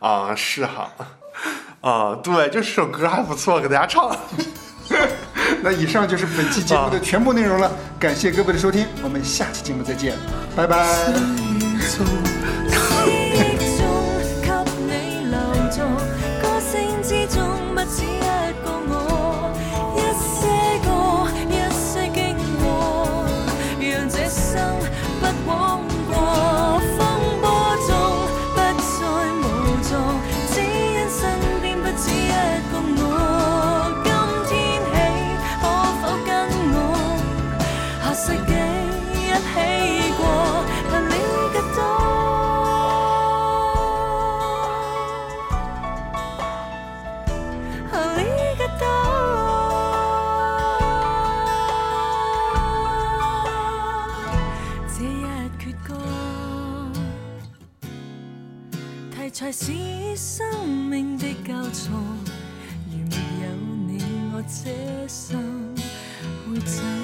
Speaker 2: 啊？是哈，啊，对，就这首歌还不错，给大家唱。
Speaker 1: 那以上就是本期节目的全部内容了，感谢各位的收听，我们下期节目再见，拜拜。
Speaker 3: 世紀一起過，但你更多。Arigato. Thế một quyết ngôn, đề tài là sinh mệnh的giao chồng, nếu không có bạn, tôi cuộc sống sẽ chán.